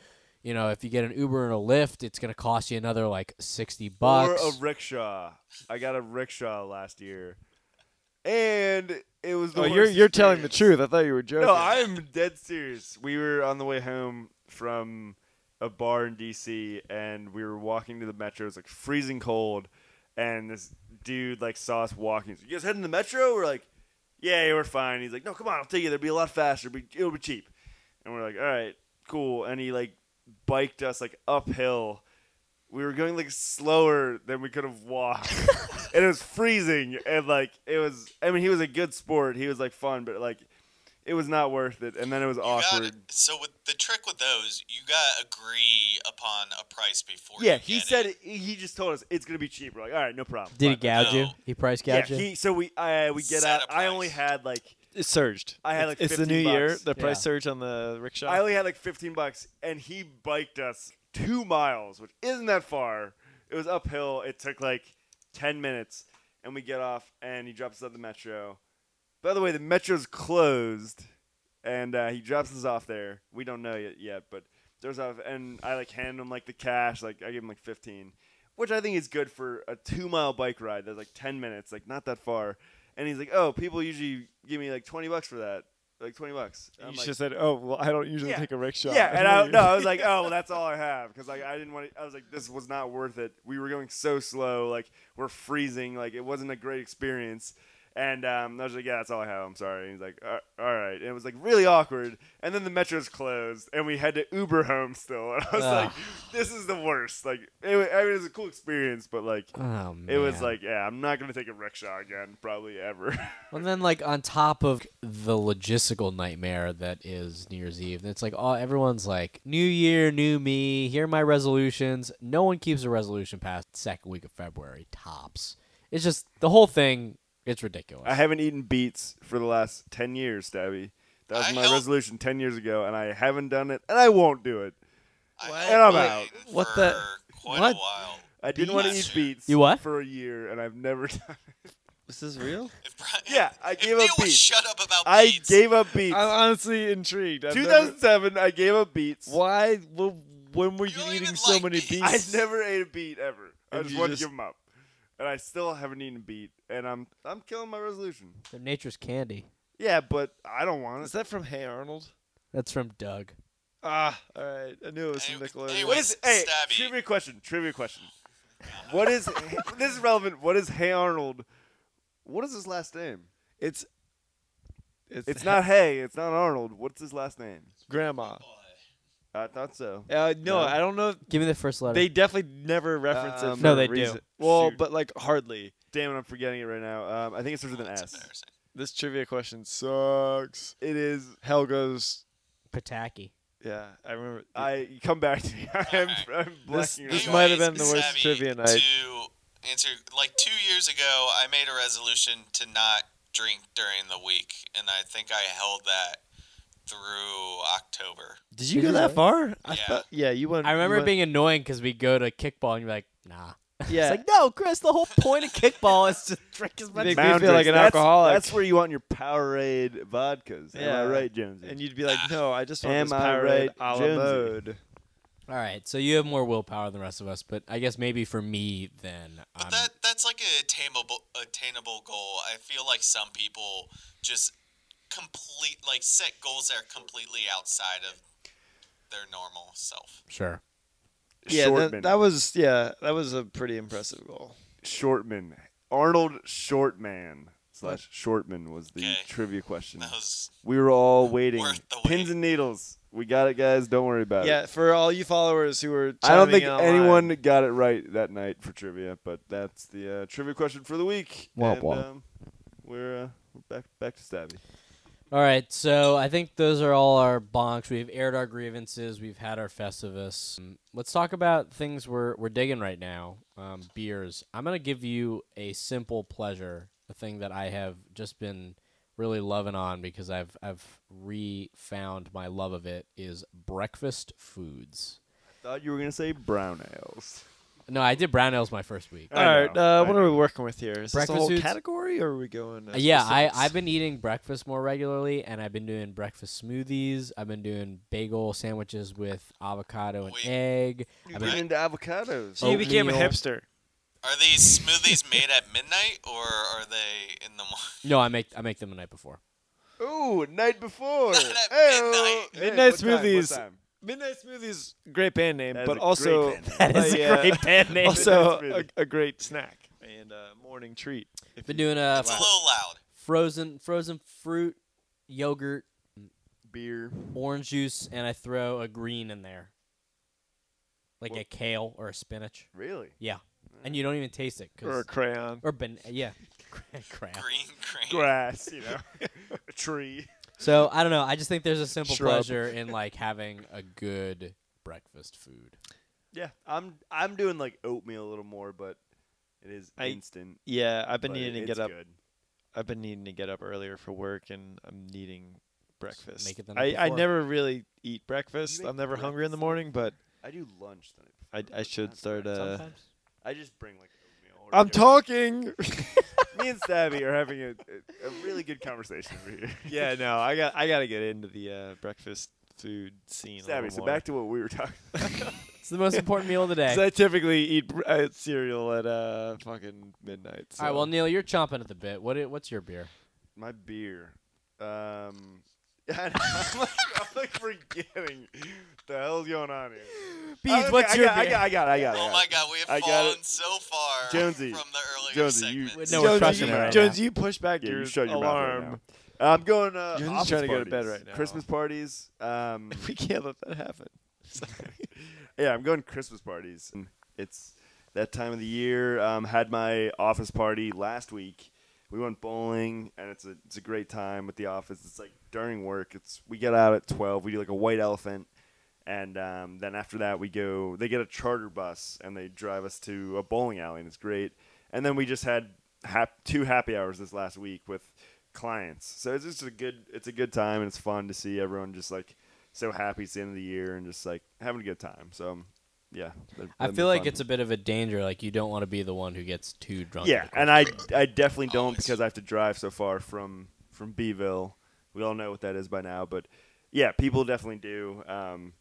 [SPEAKER 2] you know, if you get an Uber and a Lyft, it's gonna cost you another like sixty bucks.
[SPEAKER 1] Or a rickshaw. I got a rickshaw last year, and it was the.
[SPEAKER 5] Oh, you're
[SPEAKER 1] worst
[SPEAKER 5] you're telling the
[SPEAKER 1] experience.
[SPEAKER 5] truth. I thought you were joking.
[SPEAKER 1] No, I'm dead serious. We were on the way home from a bar in DC and we were walking to the metro. It's like freezing cold and this dude like saw us walking. He's like, you guys heading to the metro? We're like, Yeah, we're fine. He's like, No, come on, I'll take you. It'll be a lot faster, it'll be, it'll be cheap. And we're like, All right, cool. And he like biked us like uphill. We were going like slower than we could have walked. and it was freezing and like it was I mean he was a good sport. He was like fun, but like it was not worth it. And then it was
[SPEAKER 4] You got-
[SPEAKER 1] awkward.
[SPEAKER 4] so with the trick with those, you gotta agree upon a price before.
[SPEAKER 1] Yeah,
[SPEAKER 4] you
[SPEAKER 1] he
[SPEAKER 4] get
[SPEAKER 1] said
[SPEAKER 4] it.
[SPEAKER 1] it. he just told us it's gonna be cheap. We're like, all right, no problem.
[SPEAKER 2] Did he
[SPEAKER 1] Fine.
[SPEAKER 2] gouge you?
[SPEAKER 4] No.
[SPEAKER 2] He price
[SPEAKER 1] Yeah,
[SPEAKER 2] gouged you?
[SPEAKER 1] he, so we I we get
[SPEAKER 4] Set
[SPEAKER 1] out.
[SPEAKER 4] a
[SPEAKER 1] I only
[SPEAKER 4] price.
[SPEAKER 1] had like
[SPEAKER 5] It surged.
[SPEAKER 1] I had,
[SPEAKER 5] It's-
[SPEAKER 1] like,
[SPEAKER 5] It's the
[SPEAKER 1] 15
[SPEAKER 5] new year.
[SPEAKER 1] bucks.
[SPEAKER 5] The price
[SPEAKER 2] Yeah.
[SPEAKER 5] surge on the rickshaw.
[SPEAKER 1] I only had like fifteen bucks, and he biked us two miles, which isn't that far. It was uphill. It took like ten minutes, and we get off, and he drops us at the metro. By the way, the metro's closed, and uh, he drops us off there. We don't know yet, yet but there's off, and I like hand him like the cash, like I give him like fifteen, which I think is good for a two mile bike ride. That's like ten minutes, like not that far. And he's like, "Oh, people usually give me like twenty bucks for that, like twenty bucks."
[SPEAKER 5] You
[SPEAKER 1] I'm
[SPEAKER 5] just
[SPEAKER 1] like,
[SPEAKER 5] said, "Oh, well, I don't usually
[SPEAKER 1] Yeah.
[SPEAKER 5] take a rickshaw."
[SPEAKER 1] yeah, and I no, I was like, oh, well, that's all I have because like I didn't want. to I was like, this was not worth it. We were going so slow, like we're freezing, like it wasn't a great experience. And um, I was like, yeah, that's all I have. I'm sorry. And he's like, "Uh, all right. And it was like really awkward. And then the metro's closed, and we had to Uber home still. And I was
[SPEAKER 2] Ugh.
[SPEAKER 1] like, this is the worst. Like, it, wa- I mean, it was a cool experience, but like,
[SPEAKER 2] Oh,
[SPEAKER 1] it was
[SPEAKER 2] man.
[SPEAKER 1] like, yeah, I'm not gonna take a rickshaw again, probably ever.
[SPEAKER 2] And then, like on top of the logistical nightmare that is New Year's Eve, it's like oh, everyone's like, "New Year, new me. Here are my resolutions." No one keeps a resolution past second week of February tops. It's just the whole thing. It's ridiculous.
[SPEAKER 1] I haven't eaten beets for the last 10 years, Stabby. That was
[SPEAKER 4] I
[SPEAKER 1] my
[SPEAKER 4] help-
[SPEAKER 1] resolution 10 years ago, and I haven't done it, and I won't do it.
[SPEAKER 4] I
[SPEAKER 1] And I'm
[SPEAKER 4] had
[SPEAKER 1] out.
[SPEAKER 4] mine
[SPEAKER 5] What the-
[SPEAKER 4] for Quite
[SPEAKER 5] what?
[SPEAKER 4] a while.
[SPEAKER 1] I didn't want to
[SPEAKER 4] Beets?
[SPEAKER 1] eat beets
[SPEAKER 2] You what?
[SPEAKER 1] for a year, and I've never done it.
[SPEAKER 5] "This is real."
[SPEAKER 4] If Brian,
[SPEAKER 1] Yeah, I
[SPEAKER 4] if
[SPEAKER 1] gave
[SPEAKER 4] Neil
[SPEAKER 1] up
[SPEAKER 4] would
[SPEAKER 1] beats.
[SPEAKER 4] shut up about
[SPEAKER 1] I
[SPEAKER 4] beats,
[SPEAKER 1] gave up beets.
[SPEAKER 5] I'm honestly intrigued. I've never-
[SPEAKER 1] 2007, I gave up beets.
[SPEAKER 5] Why? Well, when were
[SPEAKER 4] You
[SPEAKER 5] you,
[SPEAKER 4] don't
[SPEAKER 5] eating
[SPEAKER 4] even
[SPEAKER 5] so
[SPEAKER 4] like
[SPEAKER 5] many
[SPEAKER 4] beets.
[SPEAKER 5] beets?
[SPEAKER 1] I never ate a beet ever. I
[SPEAKER 5] And
[SPEAKER 1] just
[SPEAKER 5] you
[SPEAKER 1] wanted
[SPEAKER 5] just-
[SPEAKER 1] to give them up. And I still haven't eaten a beet, and I'm I'm killing my resolution.
[SPEAKER 2] They're nature's candy.
[SPEAKER 1] Yeah, but I don't want
[SPEAKER 5] Is
[SPEAKER 1] it.
[SPEAKER 5] that from Hey Arnold?
[SPEAKER 2] That's from Doug.
[SPEAKER 5] Ah, all right. I knew it was from
[SPEAKER 4] Anyway-
[SPEAKER 5] Nickelodeon.
[SPEAKER 4] anyway.
[SPEAKER 1] What is hey
[SPEAKER 4] Stabby.
[SPEAKER 1] trivia question? Trivia question. What is this is relevant? What is Hey Arnold? What is his last name?
[SPEAKER 5] It's it's,
[SPEAKER 1] It's not Hay. It's not Arnold. What's his last name?
[SPEAKER 5] grandma.
[SPEAKER 1] I thought so.
[SPEAKER 5] Uh, no,
[SPEAKER 1] No.
[SPEAKER 5] I don't know. if-
[SPEAKER 2] Give me the first letter.
[SPEAKER 5] They definitely never reference it.
[SPEAKER 1] Um,
[SPEAKER 5] For
[SPEAKER 2] No,
[SPEAKER 5] a
[SPEAKER 2] they do.
[SPEAKER 5] reason. Well,
[SPEAKER 1] Shoot.
[SPEAKER 5] but like hardly.
[SPEAKER 1] Damn it, I'm forgetting it right now. Um, I think it starts with an
[SPEAKER 4] That's
[SPEAKER 1] S.
[SPEAKER 4] embarrassing.
[SPEAKER 5] This trivia question sucks.
[SPEAKER 1] It is.
[SPEAKER 5] Helga's.
[SPEAKER 2] Pataki.
[SPEAKER 5] Yeah, I remember.
[SPEAKER 1] I come back to me. I'm, I'm
[SPEAKER 5] This-
[SPEAKER 1] blessing.
[SPEAKER 5] this
[SPEAKER 1] right
[SPEAKER 5] might have
[SPEAKER 4] Anyways,
[SPEAKER 5] been the worst
[SPEAKER 4] Savvy,
[SPEAKER 5] trivia night.
[SPEAKER 4] To answer, like two years ago, I made a resolution to not drink during the week, and I think I held that through October.
[SPEAKER 5] did
[SPEAKER 2] you go that
[SPEAKER 5] far? I
[SPEAKER 4] Yeah.
[SPEAKER 5] thought. Yeah, you went.
[SPEAKER 2] I remember
[SPEAKER 5] you
[SPEAKER 2] it
[SPEAKER 5] went,
[SPEAKER 2] being annoying because we go to kickball and you're like, nah.
[SPEAKER 5] Yeah.
[SPEAKER 2] It's like, no, Chris. The whole point of kickball is to drink as much.
[SPEAKER 5] Make me
[SPEAKER 1] now.
[SPEAKER 5] feel like an
[SPEAKER 1] That's-
[SPEAKER 5] alcoholic.
[SPEAKER 1] That's where you want your Powerade vodkas. Am
[SPEAKER 5] Yeah.
[SPEAKER 1] I right, Jonesy?
[SPEAKER 5] and you'd be like, no, I just want
[SPEAKER 1] Am
[SPEAKER 5] this
[SPEAKER 1] I
[SPEAKER 5] Powerade
[SPEAKER 1] right,
[SPEAKER 5] a la
[SPEAKER 1] Jonesy?
[SPEAKER 5] mode.
[SPEAKER 2] All right, so you have more willpower than the rest of us, but I guess maybe for me, then
[SPEAKER 4] But
[SPEAKER 2] I'm,
[SPEAKER 4] that that's like an attainable attainable goal. I feel like some people just complete like set goals that are completely outside of their normal self.
[SPEAKER 2] sure.
[SPEAKER 5] Yeah,
[SPEAKER 1] Shortman.
[SPEAKER 5] that, that was yeah, that was a pretty impressive goal.
[SPEAKER 1] Shortman. Arnold Shortman. slash Shortman was the
[SPEAKER 4] Okay.
[SPEAKER 1] trivia question.
[SPEAKER 4] That was
[SPEAKER 1] We were all waiting.
[SPEAKER 4] Worth the
[SPEAKER 1] Pins
[SPEAKER 4] wait.
[SPEAKER 1] and needles. We got it, guys. Don't worry about it.
[SPEAKER 5] Yeah, for all you followers who were.
[SPEAKER 1] Uh, I don't
[SPEAKER 5] chiming
[SPEAKER 1] think
[SPEAKER 5] in online,
[SPEAKER 1] anyone got it right that night for trivia, but that's the uh, trivia question for the week.
[SPEAKER 2] Womp
[SPEAKER 1] and,
[SPEAKER 2] womp.
[SPEAKER 1] Um, we're uh, we're back back to Stabby.
[SPEAKER 2] All right, so I think those are all our bonks. We've aired our grievances. We've had our festivus. Um, Let's talk about things we're we're digging right now. Um, beers. I'm gonna give you a simple pleasure, a thing that I have just been really loving on because I've I've re-found my love of it is breakfast foods.
[SPEAKER 1] Thought you were gonna say brown ales.
[SPEAKER 2] No, I did brown ales my first week.
[SPEAKER 5] All
[SPEAKER 1] I
[SPEAKER 5] right,
[SPEAKER 1] know,
[SPEAKER 5] uh,
[SPEAKER 1] I
[SPEAKER 5] what are we working with here? Is
[SPEAKER 2] Breakfast
[SPEAKER 5] this the whole
[SPEAKER 2] suits?
[SPEAKER 5] category, or are we going? uh,
[SPEAKER 2] Uh, yeah, I,
[SPEAKER 5] specifics?
[SPEAKER 2] I've been eating breakfast more regularly, and I've been doing breakfast smoothies. I've been doing bagel sandwiches with avocado and
[SPEAKER 4] Wait.
[SPEAKER 2] egg.
[SPEAKER 1] You
[SPEAKER 2] I've
[SPEAKER 1] get
[SPEAKER 2] been,
[SPEAKER 1] into avocados.
[SPEAKER 5] So you became a
[SPEAKER 2] oatmeal.
[SPEAKER 5] hipster.
[SPEAKER 4] Are these smoothies made at midnight or are they in the morning?
[SPEAKER 2] no, I make I make them the night before.
[SPEAKER 1] Ooh, night before.
[SPEAKER 4] Not at
[SPEAKER 1] Ayo.
[SPEAKER 4] midnight.
[SPEAKER 1] Hey,
[SPEAKER 5] Midnight
[SPEAKER 1] what time, what
[SPEAKER 5] smoothies.
[SPEAKER 1] time?
[SPEAKER 5] Midnight Smoothies, great band name,
[SPEAKER 1] That is
[SPEAKER 5] but
[SPEAKER 1] a
[SPEAKER 5] also uh,
[SPEAKER 1] great band
[SPEAKER 5] that
[SPEAKER 2] is a great
[SPEAKER 5] band name. Also a,
[SPEAKER 1] Midnight
[SPEAKER 5] a great snack and a morning treat. If
[SPEAKER 2] Been
[SPEAKER 5] you-
[SPEAKER 2] doing a
[SPEAKER 4] It's a little loud.
[SPEAKER 2] frozen frozen fruit, yogurt,
[SPEAKER 1] Beer.
[SPEAKER 2] orange juice, and I throw a green in there, like
[SPEAKER 1] Wha-
[SPEAKER 2] a kale or a spinach.
[SPEAKER 1] Really?
[SPEAKER 2] Yeah, and you don't even taste it. 'cause-
[SPEAKER 5] or a crayon.
[SPEAKER 2] or ban- yeah, crap.
[SPEAKER 4] Green, green.
[SPEAKER 1] Grass, you know, a tree.
[SPEAKER 2] So I don't know. I just think there's a simple
[SPEAKER 5] Shrub.
[SPEAKER 2] pleasure in like having a good breakfast food.
[SPEAKER 1] Yeah, I'm I'm doing like oatmeal a little more, but it is
[SPEAKER 5] I-
[SPEAKER 1] instant.
[SPEAKER 5] Yeah, I've been
[SPEAKER 1] but
[SPEAKER 5] needing to
[SPEAKER 1] it's
[SPEAKER 5] get up.
[SPEAKER 1] Good.
[SPEAKER 5] I've been needing to get up earlier for work, and I'm needing breakfast.
[SPEAKER 2] make it the
[SPEAKER 5] I,
[SPEAKER 2] night
[SPEAKER 5] I
[SPEAKER 2] before.
[SPEAKER 5] never really eat breakfast.
[SPEAKER 1] make
[SPEAKER 5] I'm never hungry in the
[SPEAKER 1] breakfast?
[SPEAKER 5] morning, but
[SPEAKER 1] I do lunch the night before,
[SPEAKER 5] I, I
[SPEAKER 1] but
[SPEAKER 5] should
[SPEAKER 1] not
[SPEAKER 5] start.
[SPEAKER 1] breakfast.
[SPEAKER 5] Uh,
[SPEAKER 2] Sometimes.
[SPEAKER 1] I just bring like oatmeal. or
[SPEAKER 5] I'm
[SPEAKER 1] yogurt.
[SPEAKER 5] talking.
[SPEAKER 1] Me and Stabby are having a, a, a really good conversation over here.
[SPEAKER 5] yeah, no, I got I got to get into the uh, breakfast food scene. a little
[SPEAKER 1] Stabby. So
[SPEAKER 5] more.
[SPEAKER 1] back to what we were talking.
[SPEAKER 2] It's the most important meal of the day.
[SPEAKER 5] Because I typically eat br- uh, cereal at uh fucking midnight.
[SPEAKER 2] All right,
[SPEAKER 5] so-
[SPEAKER 2] well, Neil, you're chomping at the bit. What? i- What's your beer?
[SPEAKER 1] My beer. Um. I'm like, I'm like forgetting the hell's going on here. Oh,
[SPEAKER 2] Beads,
[SPEAKER 1] Okay,
[SPEAKER 2] what's
[SPEAKER 1] I
[SPEAKER 2] your
[SPEAKER 1] got, I
[SPEAKER 2] beer?
[SPEAKER 1] got, I got, I got. I
[SPEAKER 4] Oh
[SPEAKER 1] got
[SPEAKER 4] my
[SPEAKER 1] it.
[SPEAKER 4] god, we have
[SPEAKER 1] I got
[SPEAKER 4] fallen
[SPEAKER 1] it.
[SPEAKER 4] so far
[SPEAKER 1] Jonesy.
[SPEAKER 4] from the earlier
[SPEAKER 1] Jonesy, you-
[SPEAKER 4] segments.
[SPEAKER 2] No, we're
[SPEAKER 5] Jones,
[SPEAKER 2] crushing
[SPEAKER 5] you,
[SPEAKER 2] it right
[SPEAKER 5] Jones,
[SPEAKER 2] now.
[SPEAKER 5] you push back
[SPEAKER 1] Yeah,
[SPEAKER 5] your,
[SPEAKER 1] you shut your
[SPEAKER 5] alarm.
[SPEAKER 1] mouth right now. I'm going. Uh,
[SPEAKER 5] Jones is
[SPEAKER 1] office
[SPEAKER 5] trying to go to bed
[SPEAKER 1] parties,
[SPEAKER 5] right now.
[SPEAKER 1] Christmas parties. Um,
[SPEAKER 5] We can't let that happen. Sorry.
[SPEAKER 1] yeah, I'm going Christmas parties.
[SPEAKER 5] Mm.
[SPEAKER 1] It's that time of the year. Um, had my office party last week. We went bowling, and it's a it's a great time with the office. It's like during work. It's we get out at twelve. We do like a white elephant, and um, then after that we go. They get a charter bus and they drive us to a bowling alley, and it's great. And then we just had hap- two happy hours this last week with clients. So it's just a good it's a good time, and it's fun to see everyone just like so happy it's the end of the year and just like having a good time. So um, yeah, that-
[SPEAKER 2] I
[SPEAKER 1] that'd be
[SPEAKER 2] feel like
[SPEAKER 1] fun.
[SPEAKER 2] it's a bit of a danger. Like you don't want to be the one who gets too drunk.
[SPEAKER 1] yeah,
[SPEAKER 2] at the
[SPEAKER 1] and I I definitely don't
[SPEAKER 4] Always.
[SPEAKER 1] because I have to drive so far from from Beeville. We all know what that is by now, but yeah, people definitely do. Um,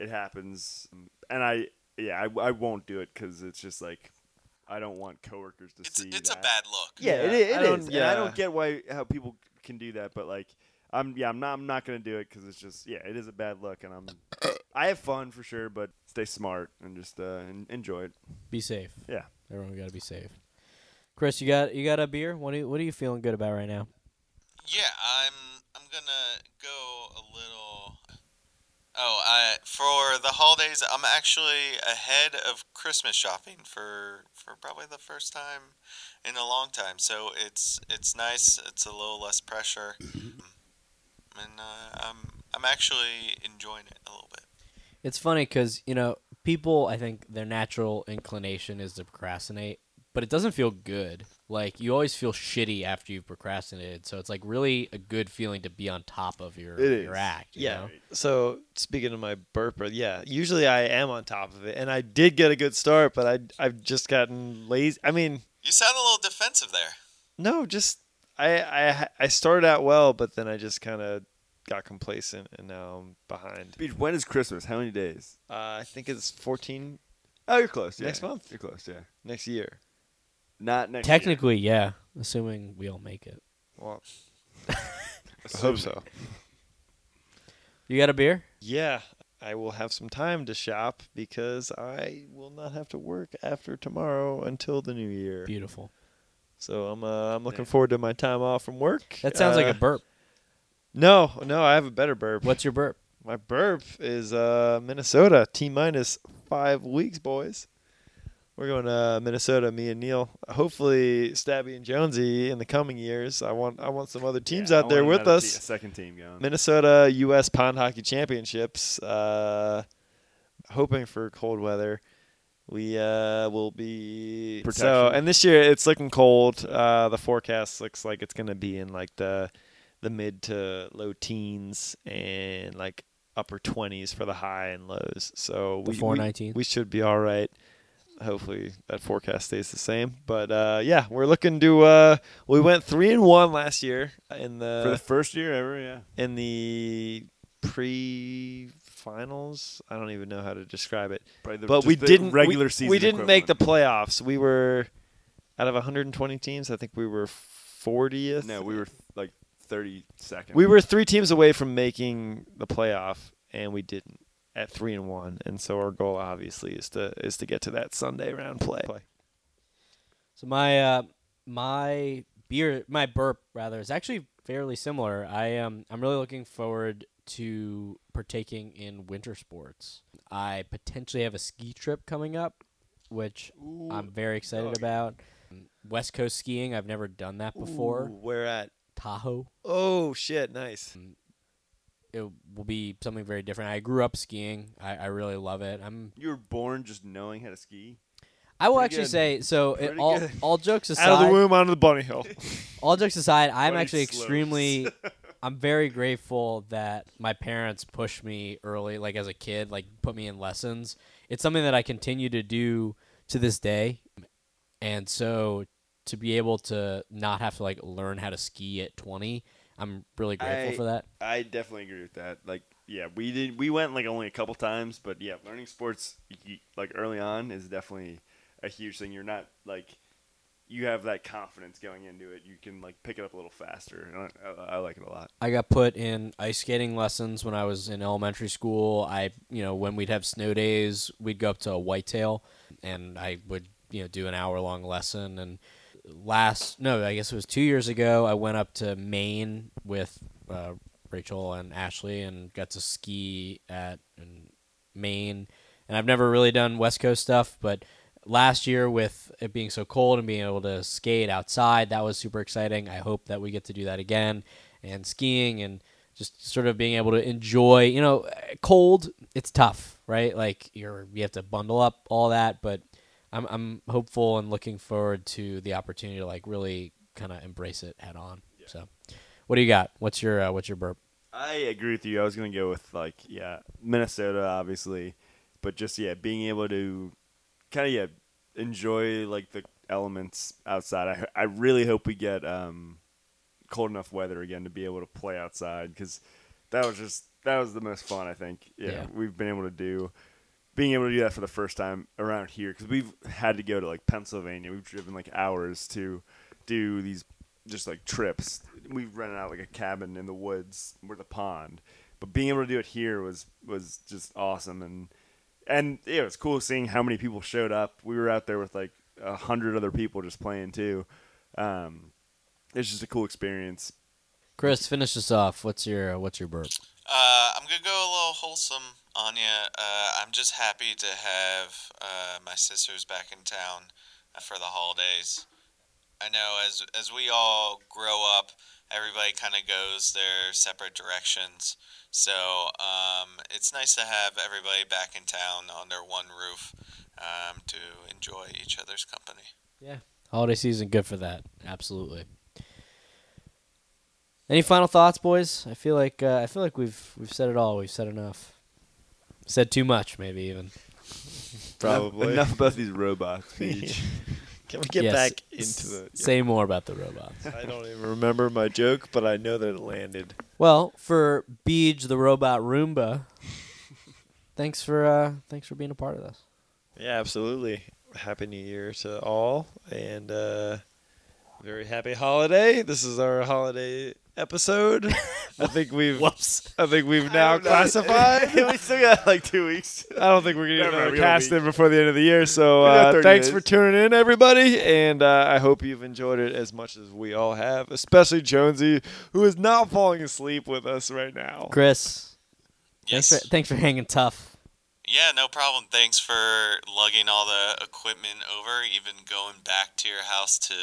[SPEAKER 1] it happens, and I yeah I, I won't do it because it's just like I don't want coworkers to
[SPEAKER 4] It's,
[SPEAKER 1] see.
[SPEAKER 4] it's a
[SPEAKER 1] that.
[SPEAKER 4] bad look.
[SPEAKER 1] Yeah, it,
[SPEAKER 5] Yeah,
[SPEAKER 1] is-
[SPEAKER 5] I
[SPEAKER 1] it
[SPEAKER 5] don't-
[SPEAKER 1] is. And I
[SPEAKER 5] yeah.
[SPEAKER 1] don't get why how people can do that, but like, I'm yeah, I'm not I'm not gonna do it because it's just yeah, it is a bad look, and I'm I have fun for sure, but stay smart and just uh, en- enjoy it.
[SPEAKER 2] Be safe.
[SPEAKER 1] Yeah.
[SPEAKER 2] Everyone got to be safe. Chris, you got you got a beer? What are you, what are you feeling good about right now?
[SPEAKER 4] Yeah, I'm I'm gonna go a little. Oh, I for the holidays, I'm actually ahead of Christmas shopping for for probably the first time in a long time. So it's it's nice. It's a little less pressure, and uh, I'm I'm actually enjoying it a little bit.
[SPEAKER 2] It's funny cuz, you know, people I think their natural inclination is to procrastinate, but it doesn't feel good. Like you always feel shitty after you've procrastinated. So it's like really a good feeling to be on top of your
[SPEAKER 1] It
[SPEAKER 2] your
[SPEAKER 1] is.
[SPEAKER 2] act, you
[SPEAKER 5] yeah.
[SPEAKER 2] know?
[SPEAKER 5] So speaking of my burper, yeah, usually I am on top of it, and I did get a good start, but I I've just gotten lazy. I mean,
[SPEAKER 4] You sound a little defensive there.
[SPEAKER 5] no, just I I I started out well, but then I just kind of got complacent, and now I'm behind.
[SPEAKER 1] Beach, when is Christmas? How many days?
[SPEAKER 5] Uh, I think it's 14
[SPEAKER 1] Oh, you're close. Yeah.
[SPEAKER 5] Next month.
[SPEAKER 1] You're close. Yeah.
[SPEAKER 5] next year.
[SPEAKER 1] Not next. year.
[SPEAKER 2] Technically, yeah, assuming we all make it.
[SPEAKER 5] Well, I hope so.
[SPEAKER 2] You got a beer?
[SPEAKER 5] Yeah, I will have some time to shop because I will not have to work after tomorrow until the new year.
[SPEAKER 2] Beautiful.
[SPEAKER 5] So I'm uh, I'm looking
[SPEAKER 1] Yeah.
[SPEAKER 5] forward to my time off from work.
[SPEAKER 2] That sounds like
[SPEAKER 5] Uh,
[SPEAKER 2] a burp.
[SPEAKER 5] No, no, I have a better burp.
[SPEAKER 2] What's your burp?
[SPEAKER 5] My burp is uh, Minnesota. T minus five weeks, boys. We're going to Minnesota. Me and Neil. Hopefully, Stabby and Jonesy in the coming years. I want I want some other teams
[SPEAKER 1] Yeah, I
[SPEAKER 5] out there
[SPEAKER 1] want
[SPEAKER 5] with
[SPEAKER 1] another
[SPEAKER 5] us.
[SPEAKER 1] te- a second team going.
[SPEAKER 5] Minnesota U.S. Pond Hockey Championships. Uh, hoping for cold weather. We uh, will be so,
[SPEAKER 1] Protection.
[SPEAKER 5] and this year it's looking cold. Uh, the forecast looks like it's going to be in like the the mid to low teens and like upper twenties for the high and lows. So
[SPEAKER 2] The
[SPEAKER 5] we- we
[SPEAKER 2] 419?
[SPEAKER 5] we should be all right. Hopefully that forecast stays the same. But uh, yeah, we're looking to. Uh, we went three and one last year in the
[SPEAKER 1] For the first year ever, yeah.
[SPEAKER 5] in the pre-finals. I don't even know how to describe it.
[SPEAKER 1] Probably the,
[SPEAKER 5] but
[SPEAKER 1] just
[SPEAKER 5] we
[SPEAKER 1] the
[SPEAKER 5] didn't
[SPEAKER 1] regular
[SPEAKER 5] we,
[SPEAKER 1] season.
[SPEAKER 5] We didn't make the
[SPEAKER 1] equivalent.
[SPEAKER 5] playoffs. We were out of 120 teams. I think we were 40th.
[SPEAKER 1] No, we were like 32nd.
[SPEAKER 5] we were three teams away from making the playoff, and we didn't at three and one. And so our goal obviously is to is to get to that Sunday round play.
[SPEAKER 2] So my uh, my beer, my burp rather, is actually fairly similar. I um, I'm really looking forward to partaking in winter sports. I potentially have a ski trip coming up, which I'm very excited about. West Coast skiing. I've never done that before.
[SPEAKER 5] Ooh, we're at.
[SPEAKER 2] Tahoe.
[SPEAKER 5] Oh shit! Nice.
[SPEAKER 2] It will be something very different. I grew up skiing. I, I really love it. I'm.
[SPEAKER 1] You were born just knowing how to ski.
[SPEAKER 2] I will
[SPEAKER 1] Pretty
[SPEAKER 2] actually
[SPEAKER 1] good.
[SPEAKER 2] say so. It,
[SPEAKER 1] Pretty
[SPEAKER 2] all
[SPEAKER 1] good.
[SPEAKER 2] all jokes aside,
[SPEAKER 5] Out of the womb onto the bunny hill.
[SPEAKER 2] all jokes aside, I'm
[SPEAKER 1] Buddy
[SPEAKER 2] actually
[SPEAKER 1] slopes.
[SPEAKER 2] extremely I'm very grateful that my parents pushed me early, like as a kid, like put me in lessons. It's something that I continue to do to this day. And so to be able to not have to like learn how to ski at 20, I'm really grateful
[SPEAKER 1] I-
[SPEAKER 2] for that.
[SPEAKER 1] I definitely agree with that. Like, yeah, we did. We went like only a couple times, but yeah, learning sports y- like early on is definitely a huge thing. You're not like you have that confidence going into it. You can like pick it up a little faster. And I, I, I like it a lot.
[SPEAKER 2] I got put in ice skating lessons when I was in elementary school. I, you know, when we'd have snow days, we'd go up to a whitetail and I would, you know, do an hour long lesson. And last, no, I guess it was two years ago, I went up to Maine with uh, Rachel and Ashley and got to ski at in Maine. And I've never really done West Coast stuff, but last year with it being so cold and being able to skate outside, that was super exciting. I hope that we get to do that again and skiing and just sort of being able to enjoy, you know, eh, cold, it's tough, right? Like you're you have to bundle up all that, but I'm I'm hopeful and looking forward to the opportunity to like really kind of embrace it head on. So what do you got? What's your uh, what's your burp?
[SPEAKER 1] I agree with you. I was gonna go with like yeah, Minnesota obviously, but just yeah, being able to kind of yeah enjoy like the elements outside. I I really hope we get um cold enough weather again to be able to play outside because that was just that was the most fun I think yeah,
[SPEAKER 2] Yeah.
[SPEAKER 1] we've been able to do. Being able to do that for the first time around here because we've had to go to like Pennsylvania. We've driven like hours to do these just like trips. We rented out like a cabin in the woods with a pond, but being able to do it here was was just awesome and and yeah, it was cool seeing how many people showed up. We were out there with like a hundred other people just playing too. Um, it's just a cool experience.
[SPEAKER 2] Chris, finish this off. What's your what's your burp?
[SPEAKER 4] Uh, I'm gonna go a little wholesome on ya. Uh, I'm just happy to have uh, my sisters back in town uh, for the holidays. I know as as we all grow up, everybody kind of goes their separate directions. So um, it's nice to have everybody back in town under one roof um, to enjoy each other's company.
[SPEAKER 2] Holiday season, good for that. Absolutely. Any final thoughts, boys? I feel like uh, I feel like we've we've said it all. We've said enough. Said too much, maybe even.
[SPEAKER 1] enough,
[SPEAKER 5] Probably.
[SPEAKER 1] enough about these robots. Peach.
[SPEAKER 5] Can we get
[SPEAKER 2] Yes,
[SPEAKER 5] back
[SPEAKER 2] s-
[SPEAKER 5] into the?
[SPEAKER 2] Say more about the robots.
[SPEAKER 5] I don't even remember my joke, but I know that it landed.
[SPEAKER 2] well, for Beej the robot Roomba, thanks for uh, thanks for being a part of this.
[SPEAKER 5] Yeah, absolutely. Happy New Year to all, and uh, very happy holiday. This is our holiday episode. I think we've
[SPEAKER 2] Whoops.
[SPEAKER 5] I think we've now classified.
[SPEAKER 1] we still got like two weeks.
[SPEAKER 5] I don't think we're gonna get
[SPEAKER 1] Never
[SPEAKER 5] another
[SPEAKER 1] really.
[SPEAKER 5] cast in before the end of the year. So
[SPEAKER 1] We got
[SPEAKER 5] uh,
[SPEAKER 1] 30
[SPEAKER 5] thanks
[SPEAKER 1] days.
[SPEAKER 5] for tuning in, everybody, and uh, I hope you've enjoyed it as much as we all have, especially Jonesy, who is not falling asleep with us right now.
[SPEAKER 2] Chris,
[SPEAKER 4] Yes.
[SPEAKER 2] thanks, for, thanks for hanging tough.
[SPEAKER 4] Yeah, no problem. Thanks for lugging all the equipment over, even going back to your house to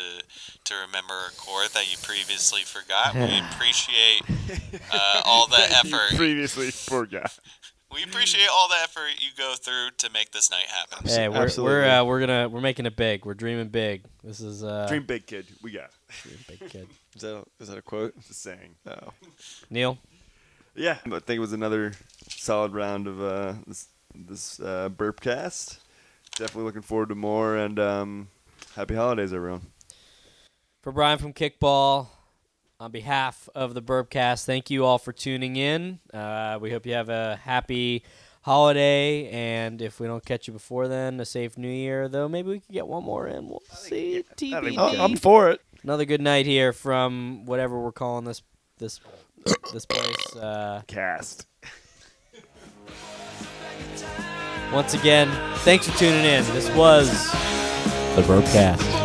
[SPEAKER 4] to remember a chord that you previously forgot. We appreciate uh, all the effort.
[SPEAKER 1] Previously forgot.
[SPEAKER 4] We appreciate all the effort you go through to make this night happen.
[SPEAKER 2] Hey, we're
[SPEAKER 5] Absolutely.
[SPEAKER 2] we're, uh, we're gonna we're making it big. We're dreaming big. This is uh,
[SPEAKER 1] Dream big, kid. We got it.
[SPEAKER 2] dream big, kid.
[SPEAKER 5] Is that a, is that a quote?
[SPEAKER 1] It's a saying.
[SPEAKER 5] No.
[SPEAKER 2] Neil,
[SPEAKER 1] Yeah, I think it was another solid round of uh, this, this uh, burp cast. Definitely looking forward to more, and um, happy holidays, everyone.
[SPEAKER 2] for Brian from Kickball, on behalf of the Burbcast, thank you all for tuning in. Uh, we hope you have a happy holiday, and if we don't catch you before then, a safe New Year. Though maybe we can get one more in. We'll see. TBD.
[SPEAKER 5] Oh, I'm for it.
[SPEAKER 2] Another good night here from whatever we're calling this this this place. Uh,
[SPEAKER 1] Cast.
[SPEAKER 2] once again, thanks for tuning in. This was the Burbcast.